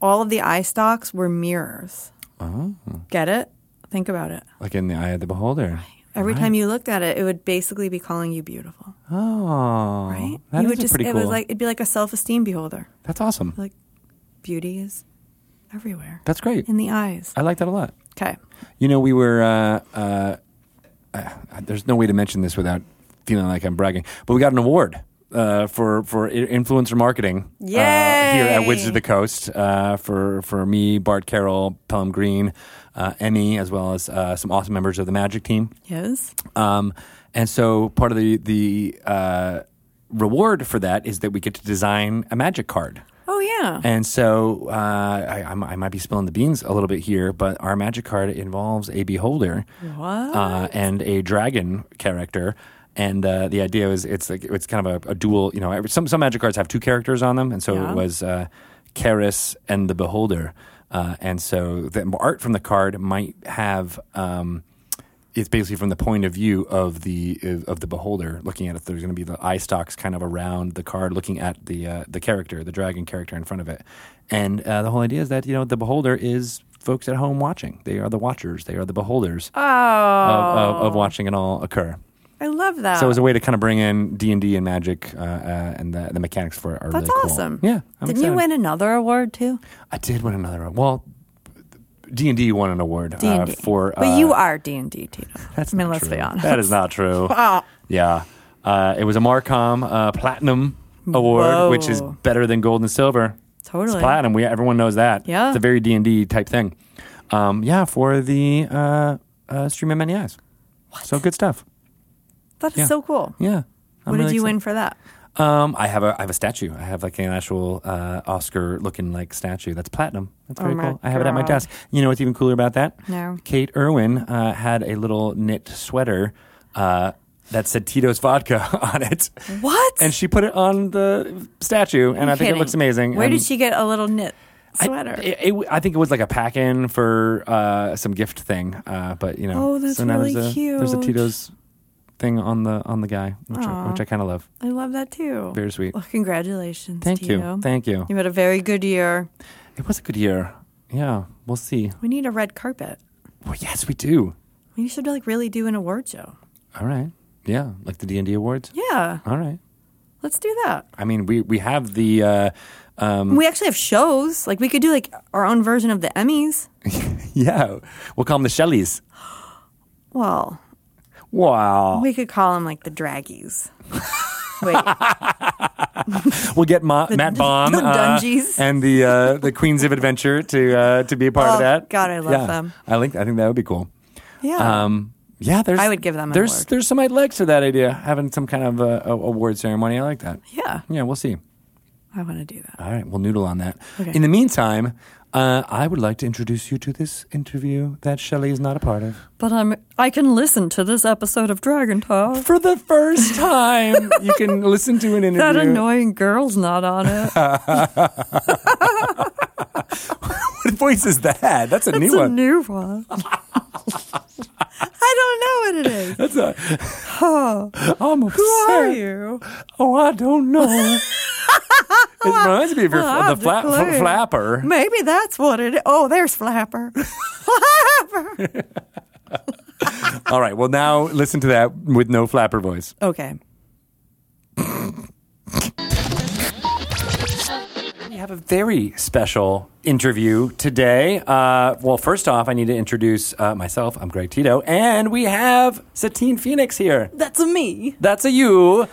B: all of the eye stalks were mirrors?
A: Oh.
B: Get it? Think about it.
A: Like in the eye of the beholder.
B: Every time you looked at it, it would basically be calling you beautiful,
A: Oh,
B: right?
A: that
B: you
A: is
B: would
A: a
B: just
A: pretty
B: it
A: cool.
B: was like it'd be like a self-esteem beholder.
A: That's awesome.
B: Like beauty is everywhere
A: That's great.
B: in the eyes.
A: I like that a lot.
B: Okay.
A: You know, we were. Uh, uh, uh, there's no way to mention this without feeling like I'm bragging, but we got an award uh, for for i- influencer marketing. uh, here at
B: Yay!
A: Wizards of the Coast uh, for for me, Bart Carroll, Pelham Green, uh, Emmy, as well as uh, some awesome members of the Magic team.
B: Yes.
A: Um, and so part of the the uh, reward for that is that we get to design a Magic card.
B: Oh yeah.
A: And so uh, I, I, might- I might be spilling the beans a little bit here, but our magic card involves a beholder Uh, and a dragon character. And uh, the idea is it's like it's kind of a, a dual. You know, every- some some magic cards have two characters on them, and so
B: Yeah.
A: it was uh, Karis and the Beholder. Uh, and so the art from the card might have. Um, it's basically from the point of view of the of, of the beholder looking at it. There's going to be the eye stalks kind of around the card, looking at the uh, the character, the dragon character in front of it. And uh, the whole idea is that you know the beholder is folks at home watching. They are the watchers. They are the beholders
B: oh.
A: of, of, of watching it all occur.
B: I love that.
A: So it was a way to kind of bring in D and D and magic uh, uh, and the, the mechanics for it are
B: That's
A: really cool.
B: awesome.
A: Yeah, I'm
B: Didn't
A: excited.
B: you win another award too?
A: I did win another. one. Well, D and D won an award
B: D
A: uh,
B: and D.
A: for.
B: but
A: uh,
B: you are D and D, Tito. I mean,
A: not
B: let's
A: true.
B: be honest. Ah,
A: That is not true. Yeah. Uh, it was a Marcom uh, Platinum Award,
B: Whoa.
A: which is better than gold and silver.
B: Totally.
A: It's platinum. We everyone knows that.
B: Yeah.
A: It's a very D and D type thing. Um, yeah, for the uh, uh, stream of many eyes. So good stuff.
B: That is
A: Yeah.
B: so cool.
A: Yeah. I'm
B: what did
A: really
B: you
A: excited.
B: win for that?
A: Um, I have a I have a statue. I have like an actual uh, Oscar looking like statue. That's platinum. That's
B: Oh
A: very
B: my
A: cool. I have it at my
B: God.
A: desk. You know what's even cooler about that?
B: No.
A: Kate Irwin uh, had a little knit sweater uh, that said Tito's vodka on it,
B: What?
A: and she put it on the statue, and I think it
B: Kidding.
A: looks amazing.
B: Where
A: and
B: did she get a little knit
A: I-
B: sweater?
A: it- it- I think it was like a pack in for uh, some gift thing, uh, but you know.
B: Oh, that's
A: so now
B: really
A: there's a, There's a
B: cute.
A: Tito's thing on the on the guy, which I, which I kind of love.
B: I love that too.
A: Very sweet.
B: Well, congratulations.
A: Thank
B: Tito.
A: you. Thank you.
B: You had a very good year.
A: It was a good year. Yeah, we'll see.
B: We need a red carpet.
A: Well, yes, we do.
B: We should like really do an award show.
A: All right. Yeah, like the D and D awards.
B: Yeah,
A: All right.
B: let's do that.
A: I mean, we we have the uh, um,
B: We actually have shows. Like we could do like our own version of the Emmys.
A: yeah. We'll call them the Shelleys.
B: Well,
A: Wow.
B: we could call them like the Draggies. Wait,
A: We'll get Ma- Matt Baum
B: the
A: uh,
B: Dungies.
A: and the uh, the Queens of Adventure to uh, to be a part of
B: Oh,
A: that.
B: God, I love
A: Yeah.
B: them.
A: I think I think that would be cool.
B: yeah.
A: Um, yeah, there's.
B: I would give them an
A: There's
B: award.
A: there's some I'd like to that idea having some kind of uh, a- award ceremony. I like that.
B: Yeah.
A: Yeah, we'll see.
B: I want to do that.
A: All right, we'll noodle on that.
B: Okay.
A: In the meantime, uh, I would like to introduce you to this interview that Shelley is not a part of.
B: But I'm I can listen to this episode of Dragon Talk.
A: For the first time, you can listen to an interview.
B: That annoying girl's not on it.
A: what voice is that? That's a
B: It's
A: new
B: a
A: one.
B: new one. I don't know what it is.
A: That's a, I'm upset.
B: Who are you?
A: Oh, I don't know. it reminds me of your,
B: Well,
A: the fla-
B: I'm
A: f-
B: declared.
A: flapper.
B: Maybe that's what it is. Oh, there's Flapper. Flapper.
A: All right. Well, now listen to that with no flapper voice.
B: Okay.
A: We have a very special interview today. Uh, well, first off, I need to introduce uh, myself. I'm Greg Tito, and we have Satine Phoenix here.
B: That's a me.
A: That's a you.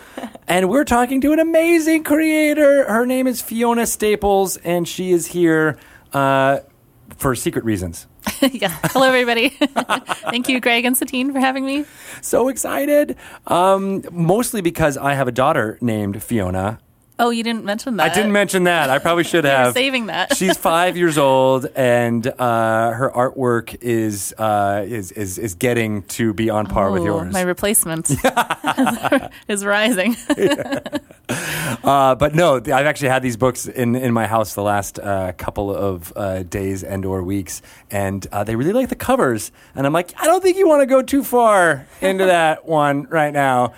A: and we're talking to an amazing creator. Her name is Fiona Staples, and she is here uh, for secret reasons.
D: yeah. Hello, everybody. Thank you, Greg and Satine, for having me.
A: So excited. Um, mostly because I have a daughter named Fiona.
D: Oh, you didn't mention
A: I
D: that.
A: didn't mention that. I probably should
D: were
A: have.
D: Uh, saving that.
A: She's five years old, and uh, her artwork is, uh, is is is getting to be on par with
D: Ooh,
A: yours.
D: Oh, My replacement is rising.
A: Uh, but no, th- I've actually had these books in, in my house the last uh, couple of uh, days and or weeks, and uh, they really like the covers. And I'm like, I don't think you want to go too far into that one right now.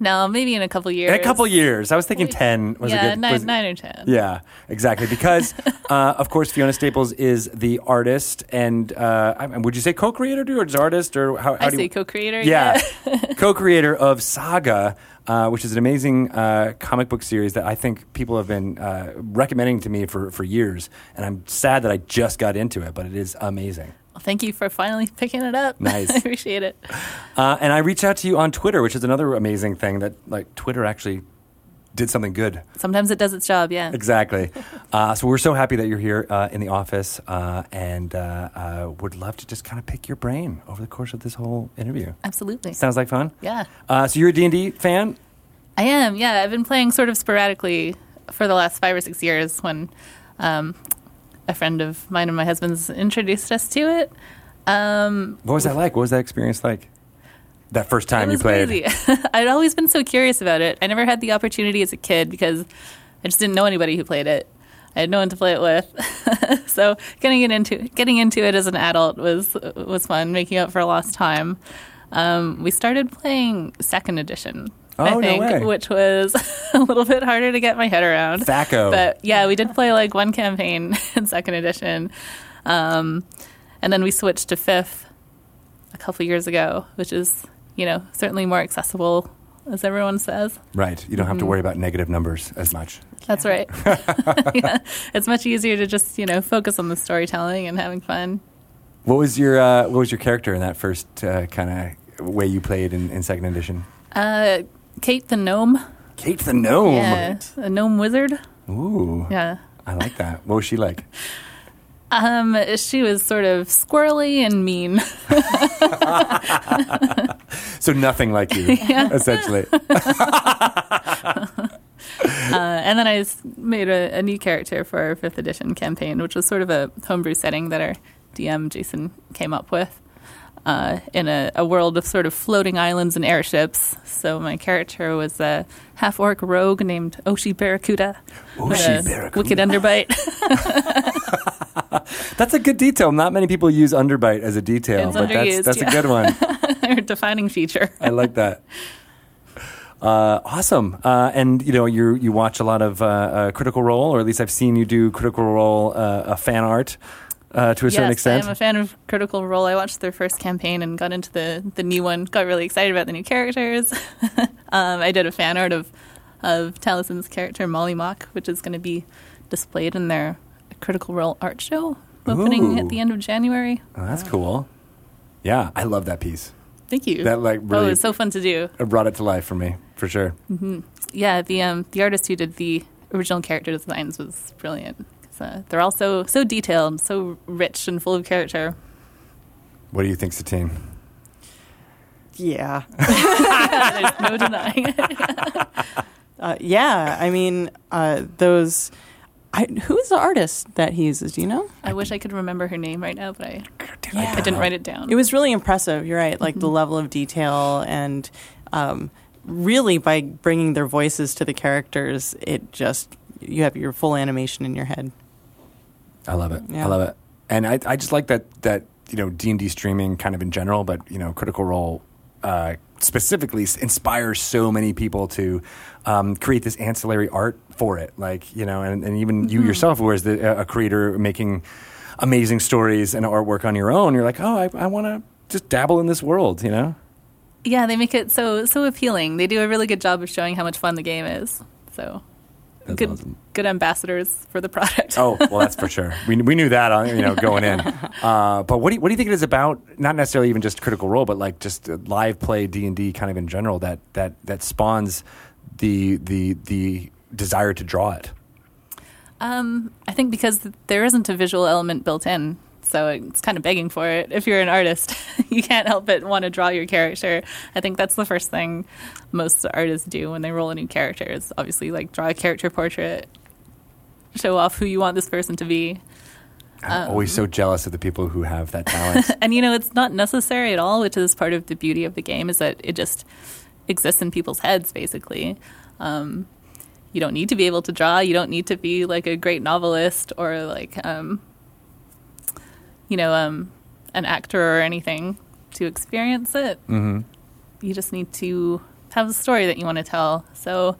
D: no, maybe in a couple years.
A: In a couple years, I was thinking ten was
D: yeah,
A: a good
D: nine,
A: was-
D: nine or ten.
A: Yeah, exactly. Because uh, of course, Fiona Staples is the artist, and uh, I mean, would you say co-creator too, or just artist, or how? how
D: I
A: do
D: say
A: you-
D: co-creator.
A: yeah, co-creator of Saga, uh, which is an amazing uh, comic book series that I think people have been uh, recommending to me for for years, and I'm sad that I just got into it, but it is amazing.
D: Well, thank you for finally picking it up.
A: Nice.
D: I appreciate it.
A: Uh, and I reached out to you on Twitter, which is another amazing thing that like Twitter actually did something good.
D: Sometimes it does its job. Yeah.
A: Exactly. Uh, so we're so happy that you're here uh, in the office, uh, and uh, uh, would love to just kind of pick your brain over the course of this whole interview.
D: Absolutely.
A: Sounds like fun.
D: Yeah.
A: Uh, so you're a D and D fan.
D: I am. Yeah, I've been playing sort of sporadically for the last five or six years. When um, a friend of mine and my husband's introduced us to it. Um,
A: What was that like? What was that experience like? That first time
D: it
A: you
D: was
A: played.
D: crazy. I'd always been so curious about it. I never had the opportunity as a kid because I just didn't know anybody who played it. I had no one to play it with. so getting it into getting into it as an adult was was fun, making up for lost time. Um, we started playing second edition.
A: Oh, no
D: I think,
A: way.
D: which was a little bit harder to get my head around.
A: Thaco.
D: But yeah, we did play like one campaign in second edition. Um, and then we switched to fifth a couple years ago, which is, you know, certainly more accessible, as everyone says.
A: Right. You don't
D: Mm-hmm.
A: have to worry about negative numbers as much.
D: That's right. yeah. It's much easier to just, you know, focus on the storytelling and having fun.
A: What was your uh, What was your character in that first uh, kind of way you played in, in second edition?
D: Uh, Kate the Gnome.
A: Kate the gnome.
D: Yeah. A gnome wizard.
A: Ooh.
D: Yeah.
A: I like that. What was she like?
D: Um, she was sort of squirrely and mean.
A: So nothing like you, essentially.
D: Uh, and then I s- made a, a new character for our fifth edition campaign, which was sort of a homebrew setting that our DM Jason came up with uh, in a, a world of sort of floating islands and airships. So my character was a half orc rogue named Oshi Barracuda. with
A: Oshi
D: a
A: Barracuda.
D: Wicked underbite.
A: That's a good detail. Not many people use underbite as a detail,
D: It's
A: but that's
D: underused,
A: that's
D: yeah.
A: a good one.
D: Her defining feature.
A: I like that. Uh, awesome, uh, and you know you you watch a lot of uh, uh, Critical Role, or at least I've seen you do Critical Role uh, uh, fan art uh, to a certain
D: Yes, I
A: extent.
D: am a fan of Critical Role. I watched their first campaign and got into the, the new one. Got really excited about the new characters. um, I did a fan art of of Talison's character Molly Mock, which is going to be displayed in their Critical Role art show opening
A: Ooh.
D: at the end of January.
A: Oh, that's cool. Yeah, I love that piece.
D: Thank you.
A: That, like,
D: oh,
A: really-
D: it was so fun to do.
A: It brought it to life for me, for sure.
D: Yeah, the um, the artist who did the original character designs was brilliant. 'Cause, Uh, they're all so so detailed, so rich and full of character.
A: What do you think, Satine?
E: Yeah.
D: There's no denying. it.
E: Uh, yeah. I mean, uh, those. I, who's the artist that he uses? Do you know?
D: I wish I could remember her name right now, but I
E: Yeah.
D: I didn't write it down.
E: It was really impressive. You're right. Like the level of detail and um, really by bringing their voices to the characters, it just you have your full animation in your head.
A: I love it.
E: Yeah.
A: I love it. And I, I just like that that you know D and D streaming kind of in general, but you know Critical Role uh, specifically s- inspires so many people to um, create this ancillary art for it. Like you know, and, and even you yourself, who is the, a creator making amazing stories and artwork on your own, you're like, oh, I, I want to just dabble in this world. You know,
D: Yeah, they make it so so appealing. They do a really good job of showing how much fun the game is. So
A: That's
D: good
A: awesome.
D: good ambassadors for the product.
A: Oh well, that's for sure. We, we knew that on you know going in. Uh, but what do you, what do you think it is about? Not necessarily even just Critical Role, but like just uh, live play D and D kind of in general that that that spawns the the the desire to draw it.
D: Um, I think because th- there isn't a visual element built in, so it's kind of begging for it. If you're an artist, you can't help but want to draw your character. I think that's the first thing most artists do when they roll a new character is obviously like draw a character portrait, show off who you want this person to be.
A: I'm always so jealous of the people who have that talent.
D: and you know it's not necessary at all which is part of the beauty of the game is that it just exists in people's heads basically um, you don't need to be able to draw you don't need to be like a great novelist or like um, you know um, an actor or anything to experience it
A: hmm
D: you just need to have a story that you want to tell so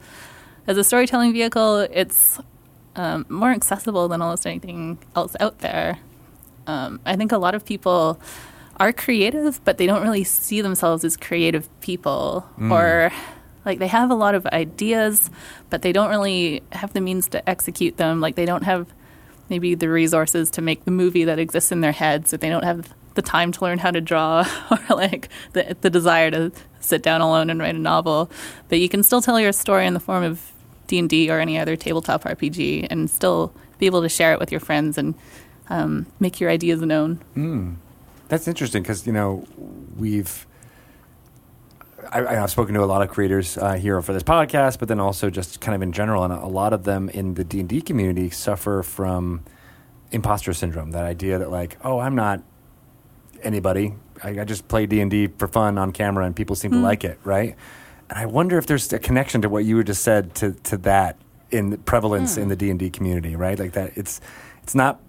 D: as a storytelling vehicle it's um, more accessible than almost anything else out there um, I think a lot of people are creative, but they don't really see themselves as creative people or like they have a lot of ideas, but they don't really have the means to execute them. Like they don't have maybe the resources to make the movie that exists in their heads, or they don't have the time to learn how to draw or like the, the desire to sit down alone and write a novel. But you can still tell your story in the form of D&D or any other tabletop RPG and still be able to share it with your friends and um, make your ideas known.
A: That's interesting because you know we've. I, I've spoken to a lot of creators uh, here for this podcast, but then also just kind of in general, and a a lot of them in the D and D community suffer from imposter syndrome. That idea that like, oh, I'm not anybody. I, I just play D and D for fun on camera, and people seem to like it, right? And I wonder if there's a connection to what you just said to to that in the prevalence in the D and D community, right? Like that, it's it's not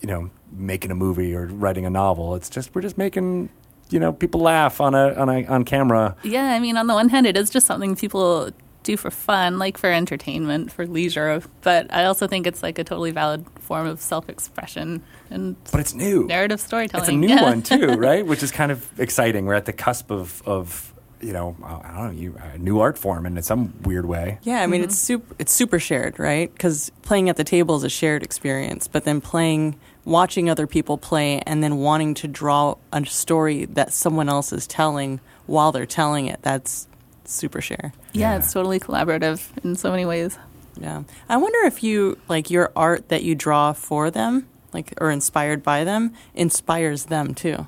A: you know making a movie or writing a novel. It's just we're just making you know people laugh on a on a on camera.
D: Yeah, I mean, on the one hand, it is just something people do for fun, like for entertainment, for leisure. But I also think it's like a totally valid form of self-expression and
A: But it's new.
D: narrative storytelling.
A: It's a new
D: Yeah.
A: one too, right? Which is kind of exciting. We're at the cusp of of you know I I don't know you, a new art form in some weird way.
E: Yeah, I mean it's super it's super shared, right? Because playing at the table is a shared experience, but then playing, watching other people play, and then wanting to draw a story that someone else is telling while they're telling it that's super share.
D: Yeah,
A: Yeah.
D: it's totally collaborative in so many ways.
E: Yeah, I wonder if you like your art that you draw for them, like or inspired by them, inspires them too.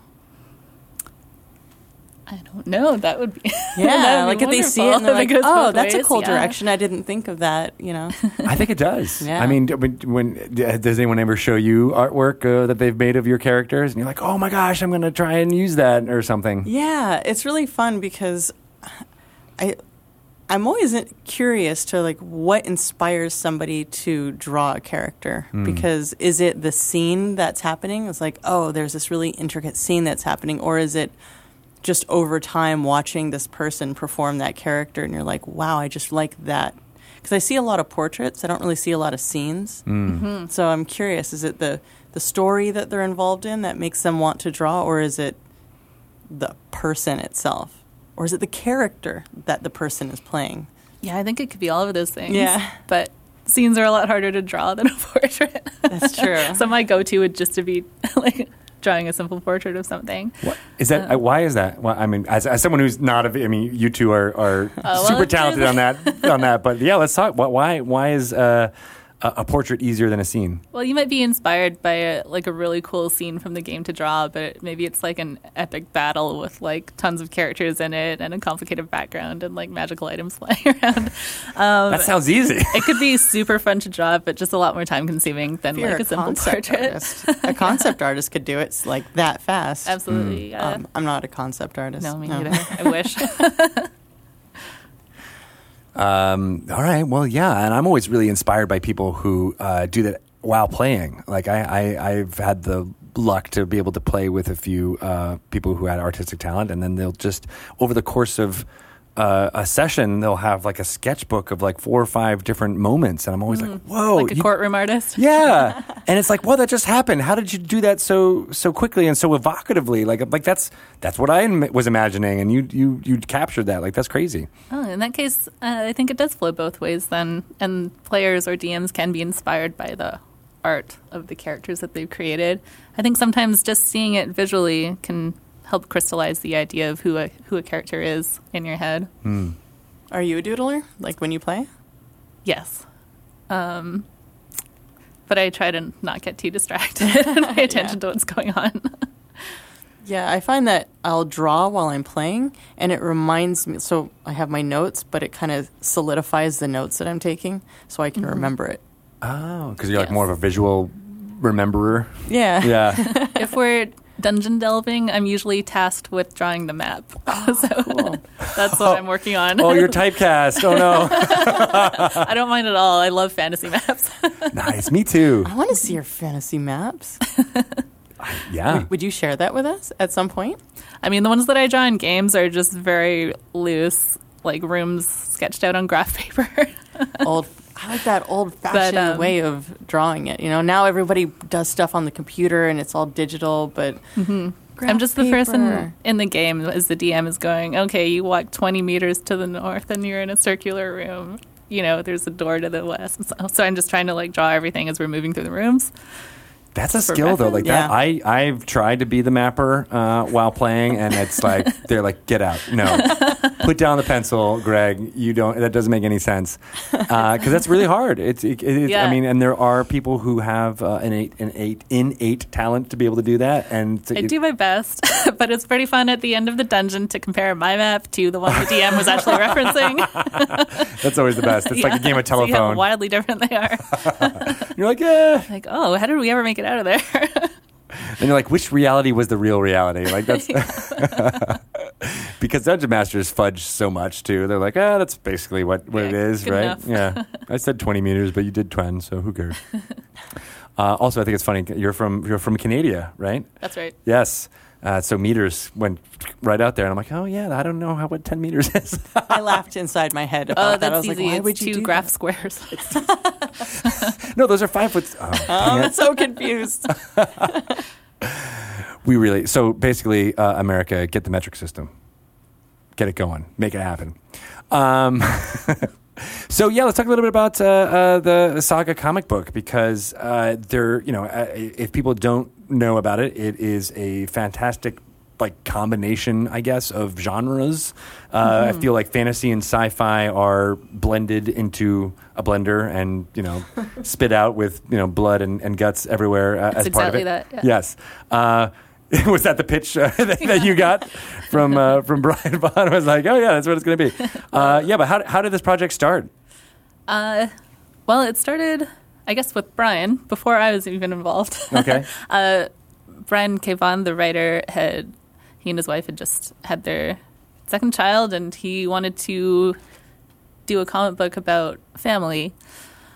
D: I don't know. That would be that would
E: Yeah,
D: be
E: like if they see it
D: wonderful
E: and they're
D: if
E: like,
D: goes
E: "Oh,
D: both
E: that's a
D: ways."
E: cool
D: Yeah.
E: direction. I didn't think of that." You know,
A: I think it does.
E: Yeah.
A: I mean, d- when, when d- does anyone ever show you artwork uh, that they've made of your characters, and you're like, "Oh my gosh, I'm going to try and use that" or something?
E: Yeah, it's really fun because I I'm always in- curious to like what inspires somebody to draw a character because is it the scene that's happening? It's like, "Oh, there's this really intricate scene that's happening," or is it just over time watching this person perform that character and you're like, "Wow, I just like that." Cuz I see a lot of portraits, I don't really see a lot of scenes.
A: Mm.
E: So I'm curious, is it the the story that they're involved in that makes them want to draw or is it the person itself? Or is it the character that the person is playing?
D: Yeah, I think it could be all of those things.
E: Yeah.
D: but scenes are a lot harder to draw than a portrait.
E: That's true.
D: so my go-to would just to be like drawing a simple portrait of something.
A: What, is that uh, why is that? Well, I mean, as, as someone who's not, a, I mean, you two are, are
D: Uh, well,
A: super
D: it's-
A: talented on that on that. But yeah, let's talk. Wh- Why why is uh, a, a portrait easier than a scene?
D: Well, you might be inspired by a, like a really cool scene from the game to draw, but it, maybe it's like an epic battle with like tons of characters in it and a complicated background and like magical items flying around. Um,
A: That sounds easy.
D: it could be super fun to draw, but just a lot more time consuming than
E: If you're
D: like a, simple portrait.
E: artist, a concept artist could do it s- like that fast.
D: Absolutely. Yeah.
E: Um, I'm not a concept artist.
D: no, me neither. I wish.
A: Um, all right. Well, yeah, and I'm always really inspired by people who uh, do that while playing. Like I, I, I've had the luck to be able to play with a few uh, people who had artistic talent, and then they'll just over the course of uh, a session, they'll have like a sketchbook of like four or five different moments, and I'm always like, "Whoa,
D: Mm. like a
A: you-
D: courtroom artist.
A: yeah, and it's like, well, that just happened. How did you do that so so quickly and so evocatively? Like like that's that's what I im- was imagining, and you you you captured that. Like that's crazy.
D: Oh, in that case, uh, I think it does flow both ways then, and players or DMs can be inspired by the art of the characters that they've created. I think sometimes just seeing it visually can help crystallize the idea of who a who a character is in your head.
E: Are you a doodler? Like when you play?
D: Yes. Um, but I try to not get too distracted and pay attention to what's going on.
E: Yeah, I find that I'll draw while I'm playing, and it reminds me. So I have my notes, but it kind of solidifies the notes that I'm taking, so I can
D: Mm-hmm.
E: remember it.
A: Oh, because you're like
D: Yes.
A: more of a visual rememberer.
E: Yeah.
A: Yeah.
D: if we're dungeon delving, I'm usually tasked with drawing the map. so that's what I'm working on.
A: Ah, oh, you're typecast. Oh no.
D: I don't mind at all. I love fantasy maps.
A: nice. Me too.
E: I want to see your fantasy maps.
A: Yeah.
E: Would you share that with us at some point?
D: I mean, the ones that I draw in games are just very loose, like rooms sketched out on graph paper.
E: Old, I like that old-fashioned
D: But, um,
E: way of drawing it. You know, now everybody does stuff on the computer and it's all digital, but Mm-hmm.
D: I'm just the person
E: paper.
D: in the game as the DM is going, okay, you walk 20 meters to the north and you're in a circular room. You know, there's a door to the west. So, so I'm just trying to like draw everything as we're moving through the rooms.
A: That's a
D: For
A: skill though. Like that,
E: Yeah.
A: I I've tried to be the mapper uh, while playing, and it's like they're like, get out, no, put down the pencil, Greg. You don't. That doesn't make any sense because that's really hard. It's it, it's I
D: Yeah.
A: mean, and there are people who have uh, innate innate innate talent to be able to do that, and to-
D: I do my best, but it's pretty fun at the end of the dungeon to compare my map to the one the DM was actually referencing.
A: that's always the best. It's like a game of
D: So you how
A: telephone.
D: wildly different they are.
A: you're like, yeah,
D: Like, oh, how did we ever make it out of there?
A: and you're like, which reality was the real reality? Like that's. Because dungeon masters fudge so much too. They're like, ah, that's basically what, what it
D: Yeah,
A: is,
D: good
A: right?
D: enough.
A: Yeah. I said 20 meters, but you did 10, so who cares? uh, also, I think it's funny. You're from you're from Canada, right?
D: That's right.
A: Yes. Uh, so meters went right out there, and I'm like, oh yeah, I don't know how what 10 meters is.
E: I laughed inside my head about
D: Oh,
E: that. I
D: that's
E: was
D: easy.
E: like, why
D: it's
E: would you
D: two
E: do
D: graph squares.
A: no, those are five foot. Oh,
E: that?
A: dang
E: I'm
A: it.
E: so confused.
D: Oh.
A: We really. So basically, uh, America, get the metric system, get it going, make it happen. Um, so yeah, let's talk a little bit about uh, uh, the Saga comic book because uh, there, you know, uh, if people don't know about it, it is a fantastic. Like combination, I guess, of genres. Uh,
D: Mm-hmm.
A: I feel like fantasy and sci-fi are blended into a blender, and you know, spit out with you know blood and, and guts everywhere uh, as
D: That's
A: part of it.
D: exactly that, yeah.
A: Yes. Uh, was that the pitch uh, that, that you got from uh, from Brian Vaughn? I was like, oh yeah, that's what it's going to be. Uh, yeah, but how, how did this project start?
D: Uh, well, it started, I guess, with Brian before I was even involved.
A: Okay.
D: uh, Brian Kavan, the writer, had he and his wife had just had their second child, and he wanted to do a comic book about family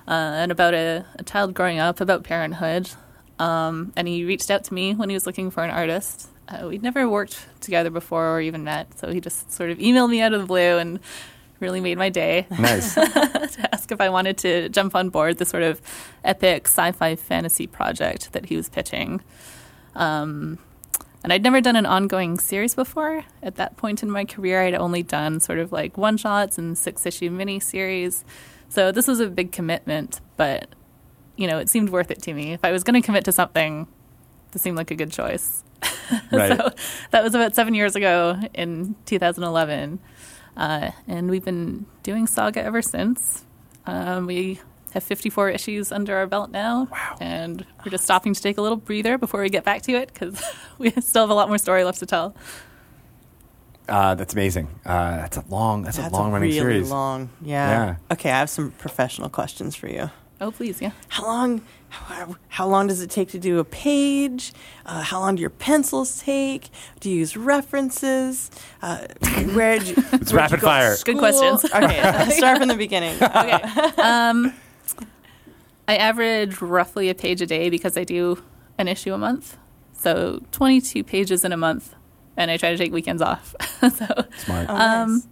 D: uh, and about a, a child growing up, about parenthood. Um, and he reached out to me when he was looking for an artist. Uh, we'd never worked together before or even met, so he just sort of emailed me out of the blue and really made my day
A: Nice.
D: to ask if I wanted to jump on board the sort of epic sci-fi fantasy project that he was pitching. Um, and I'd never done an ongoing series before. At that point in my career, I'd only done sort of like one shots and six issue mini series. So this was a big commitment, but you know, it seemed worth it to me. If I was going to commit to something, this seemed like a good choice
A: Right.
D: so that was about seven years ago in 2011. Uh, and we've been doing Saga ever since. Um, we have 54 issues under our belt now. Wow. And we're just stopping to take a little breather before we get back to it because we still have a lot more story left to tell.
A: Uh, that's amazing. Uh, that's a long. That's,
E: That's
A: a long running
E: really
A: series.
E: long. Yeah.
A: Yeah.
E: Okay, I have some professional questions for you.
D: Oh, please, yeah.
E: How long? How, how long does it take to do a page? Uh, how long do your pencils take? Do you use references? Uh, where did you? where'd you
A: rapid
E: go to
A: fire.
D: Good
E: school?
D: questions.
E: Okay, let's start from the beginning. Oh,
D: okay. Um, I average roughly a page a day because I do an issue a month. So 22 pages in a month, and I try to take weekends off. so
A: Smart.
E: Oh, nice.
D: Um,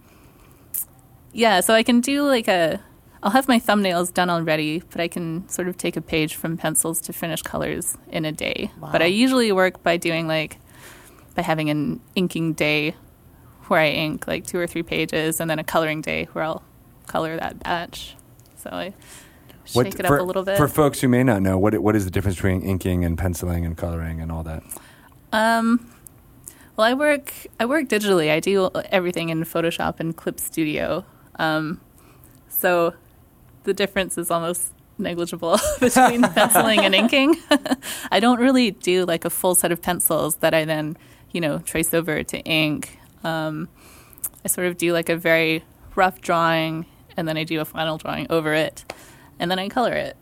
D: yeah, so I can do like a. I'll have my thumbnails done already, but I can sort of take a page from pencils to finish colors in a day. But I usually work by doing like by having an inking day where I ink like two or three pages, and then a coloring day where I'll color that batch. So I shake
A: What-
D: it
A: for,
D: up a little bit.
A: For folks who may not know, what what is the difference between inking and penciling and coloring and all that?
D: Um, well, I work I work digitally. I do everything in Photoshop and Clip Studio. Um, so the difference is almost negligible between penciling and inking. I don't really do like a full set of pencils that I then you know trace over to ink. Um, I sort of do like a very rough drawing, and then I do a final drawing over it, and then I color it.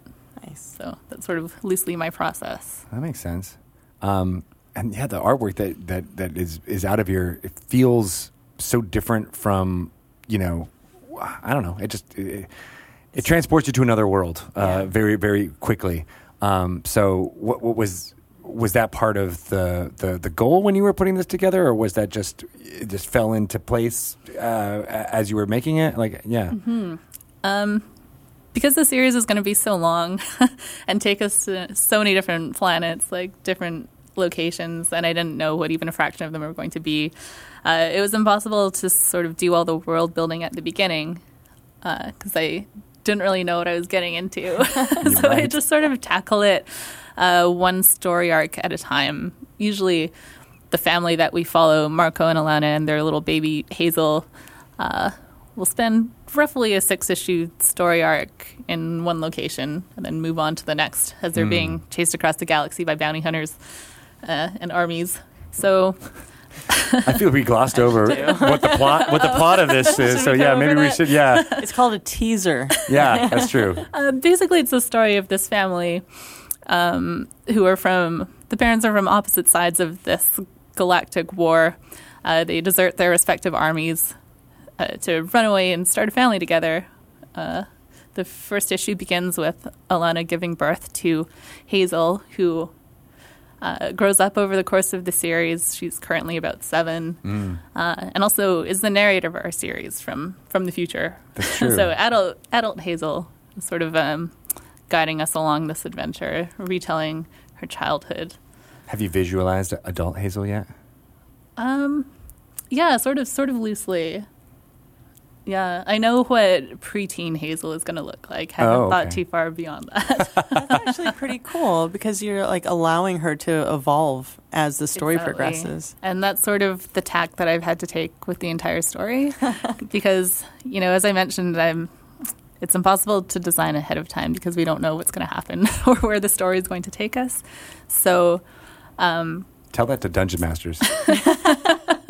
E: Nice.
D: So that's sort of loosely my process.
A: That makes sense. Um, and yeah, the artwork that, that, that is, is out of your, it feels so different from, you know, I don't know. It just, it, it transports you to another world uh, very, very quickly. Um, so what, what was, was that part of the, the, the goal when you were putting this together or was that just, it just fell into place uh, a- as you were making it? Like, yeah.
D: Mm-hmm. Um, because the series is going to be so long and take us to so many different planets, like different locations, and I didn't know what even a fraction of them were going to be, uh, it was impossible to sort of do all the world building at the beginning because I didn't really know what I was getting into. so I
A: right.
D: just sort of tackle it uh, one story arc at a time. Usually, the family that we follow, Marco and Alana, and their little baby Hazel, uh, will spend roughly a six issue story arc in one location and then move on to the next as they're being chased across the galaxy by bounty hunters uh, and armies. So
A: I feel we glossed over what the plot, what the plot of this is. So
D: we
A: yeah,
D: go
A: maybe
D: over
A: we
D: that?
A: should, yeah,
E: It's called a teaser.
A: yeah, that's true.
D: Uh, basically, it's the story of this family um, who are from the parents are from opposite sides of this galactic war. Uh, they desert their respective armies uh, to run away and start a family together. Uh, the first issue begins with Alana giving birth to Hazel, who uh, grows up over the course of the series. She's currently about seven,
A: Mm.
D: uh, and also is the narrator of our series from from the future.
A: That's true.
D: so adult adult Hazel is sort of um, guiding us along this adventure, retelling her childhood.
A: Have you visualized adult Hazel yet?
D: Um, yeah, sort of, sort of loosely. Yeah, I know what preteen Hazel is going to look like. Haven't
A: Oh,
D: thought
A: okay.
D: too far beyond that.
E: That's actually pretty cool because you're like allowing her to evolve as the story
D: Exactly.
E: progresses.
D: And that's sort of the tack that I've had to take with the entire story because, you know, as I mentioned, I'm it's impossible to design ahead of time because we don't know what's going to happen or where the story is going to take us. So, um,
A: Tell that to dungeon masters.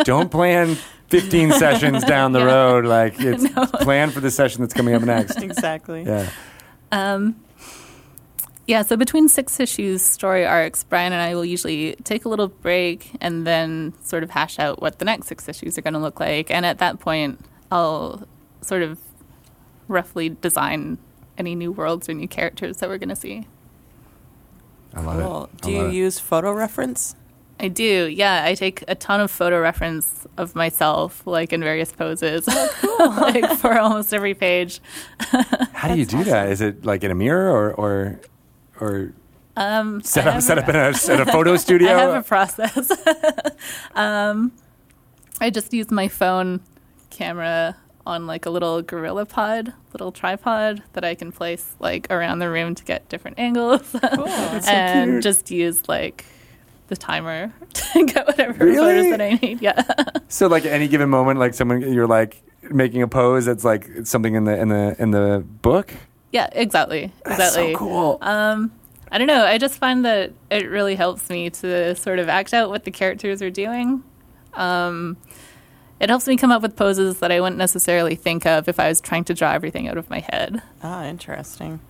A: Don't plan 15 sessions down the road. Like it's plan for the session that's coming up next.
E: Exactly.
A: Yeah,
D: Um, yeah, so between six issues, story arcs, Brian and I will usually take a little break and then sort of hash out what the next six issues are going to look like. And at that point, I'll sort of roughly design any new worlds or new characters that we're going to see.
A: I love
E: Cool.
A: it. I
E: Do you
A: love it.
E: use photo reference?
D: I do, yeah. I take a ton of photo reference of myself, like in various poses, like for almost every page.
A: How do you do that? Is it like in a mirror or or or
D: Um,
A: set
D: I
A: up
D: have
A: set
D: a-
A: up in a, at a photo studio?
D: I have a process. um, I just use my phone camera on like a little gorilla pod, little tripod that I can place like around the room to get different angles, and just use like the timer to get whatever
A: Really?
D: photos that I need. Yeah,
A: so like at any given moment, like someone you're like making a pose that's like something in the in the in the book.
D: yeah, exactly,
A: That's
D: exactly.
A: so cool.
D: Um, I don't know. I just find that it really helps me to sort of act out what the characters are doing. Um, it helps me come up with poses that I wouldn't necessarily think of if I was trying to draw everything out of my head.
E: Ah, interesting.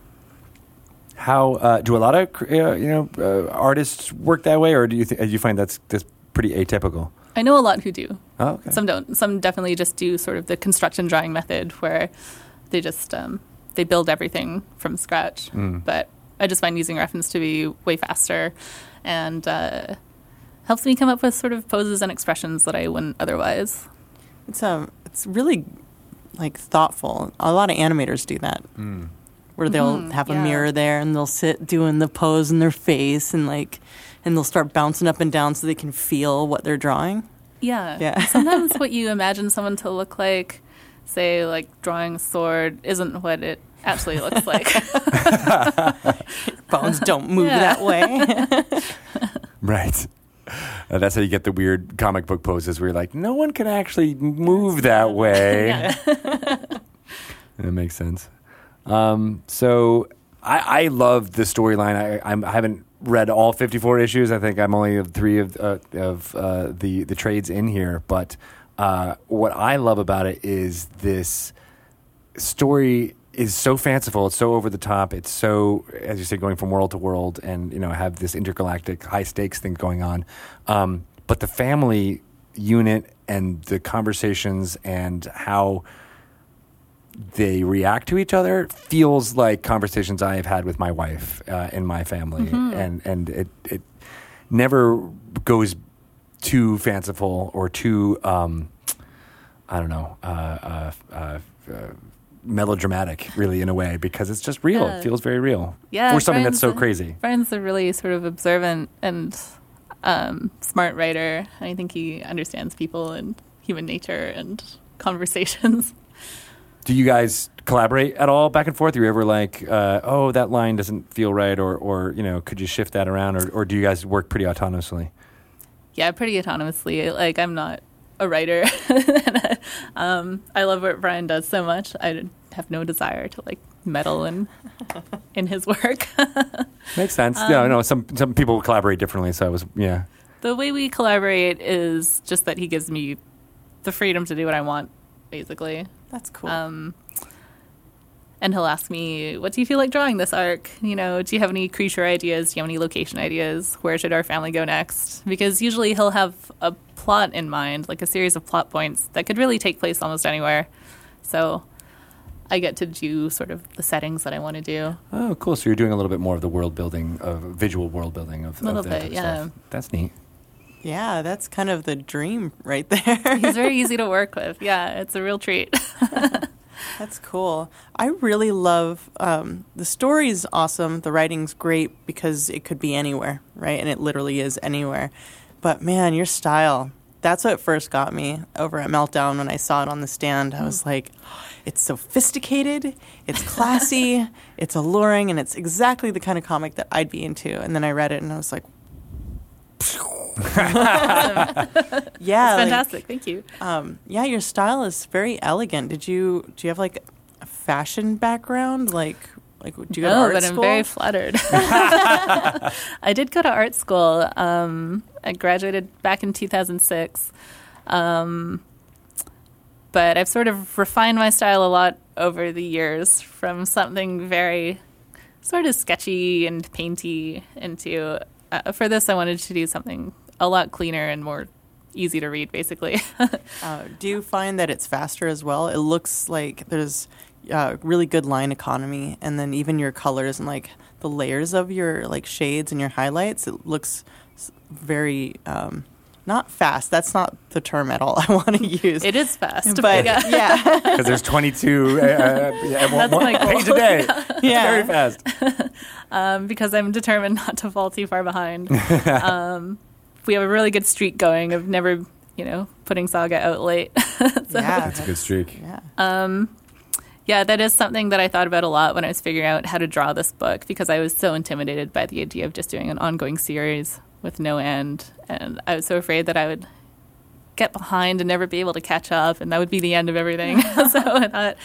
A: How uh, do a lot of cr- uh, you know uh, artists work that way, or do you th- you find that's that's pretty atypical?
D: I know a lot who do.
A: Oh, okay.
D: Some don't. Some definitely just do sort of the construction drawing method where they just um, they build everything from scratch. But I just find using reference to be way faster and uh, helps me come up with sort of poses and expressions that I wouldn't otherwise.
E: It's um, it's really like thoughtful. A lot of animators do that, where they'll have a
D: Mm-hmm. yeah.
E: mirror there and they'll sit doing the pose in their face and like, and they'll start bouncing up and down so they can feel what they're drawing.
D: Yeah.
E: Yeah.
D: Sometimes what you imagine someone to look like, say like drawing a sword, isn't what it actually looks like.
E: Bones don't move
D: Yeah.
E: that way.
A: Right. Uh, that's how you get the weird comic book poses where you're like, no one can actually move that way. that makes sense. Um, so I, I love the storyline. I, I'm, I haven't read all 54 issues. I think I'm only of three of, uh, of uh, the, the trades in here. But uh, what I love about it is this story is so fanciful. It's so over the top. It's so, as you say, going from world to world, and you know, have this intergalactic high stakes thing going on. Um, but the family unit and the conversations and how they react to each other feels like conversations I have had with my wife uh, in my family,
D: Mm-hmm.
A: and and it it never goes too fanciful or too um, I don't know uh, uh, uh, uh, melodramatic, really, in a way because it's just real.
D: Yeah.
A: It feels very real.
D: Yeah,
A: for something that's so
D: Brian's-
A: crazy.
D: Brian's a really sort of observant and um, smart writer. I think he understands people and human nature and conversations.
A: Do you guys collaborate at all back and forth? Are you ever like, uh, oh, that line doesn't feel right, or or you know, could you shift that around, or or do you guys work pretty autonomously?
D: yeah, pretty autonomously. Like I'm not a writer. And, um, I love what Brian does so much. I have no desire to like meddle in in his work.
A: Makes sense. no, no. Some some people collaborate differently. So I was yeah.
D: the way we collaborate is just that he gives me the freedom to do what I want, basically.
E: That's cool.
D: Um, and he'll ask me, "What do you feel like drawing this arc? You know, do you have any creature ideas? Do you have any location ideas? Where should our family go next?" Because usually he'll have a plot in mind, like a series of plot points that could really take place almost anywhere. So I get to do sort of the settings that I want to do.
A: Oh, cool. So you're doing a little bit more of the world building, of visual world building of,
D: Little
A: of that
D: bit,
A: type of
D: yeah.
A: stuff. That's neat.
E: yeah, that's kind of the dream right there.
D: He's very easy to work with. Yeah, it's a real treat.
E: That's cool. I really love um, the story's awesome. The writing's great because it could be anywhere, right? And it literally is anywhere. But man, your style. That's what first got me over at Meltdown when I saw it on the stand. I
D: Mm.
E: was like, it's sophisticated, it's classy, it's alluring, and it's exactly the kind of comic that I'd be into. And then I read it and I was like, yeah, like-
D: Fantastic. Thank you.
E: um, yeah, your style is very elegant. Did you do you have like a fashion background? Like like do you go to
D: no,
E: art
D: Oh, but
E: school?
D: I'm very flattered. I did go to art school. Um, I graduated back in 2006. Um, but I've sort of refined my style a lot over the years from something very sort of sketchy and painty into. Uh, for this, I wanted to do something a lot cleaner and more easy to read, basically.
E: uh, do you find that it's faster as well? It looks like there's uh, really good line economy, and then even your colors and like the layers of your like shades and your highlights. It looks s- very um, not fast. That's not the term at all I want to use.
D: it is fast,
E: but
D: yeah.
E: yeah,
A: Because there's 22 uh, uh, yeah, one,
D: That's
A: one
D: my goal.
A: page a day. It's
E: Yeah.
A: very fast.
D: um, because I'm determined not to fall too far behind. um, we have a really good streak going of never, you know, putting Saga out late.
E: yeah,
A: It's a good streak.
E: yeah.
D: yeah, that is something that I thought about a lot when I was figuring out how to draw this book because I was so intimidated by the idea of just doing an ongoing series with no end. And I was so afraid that I would get behind and never be able to catch up, and that would be the end of everything. so I thought,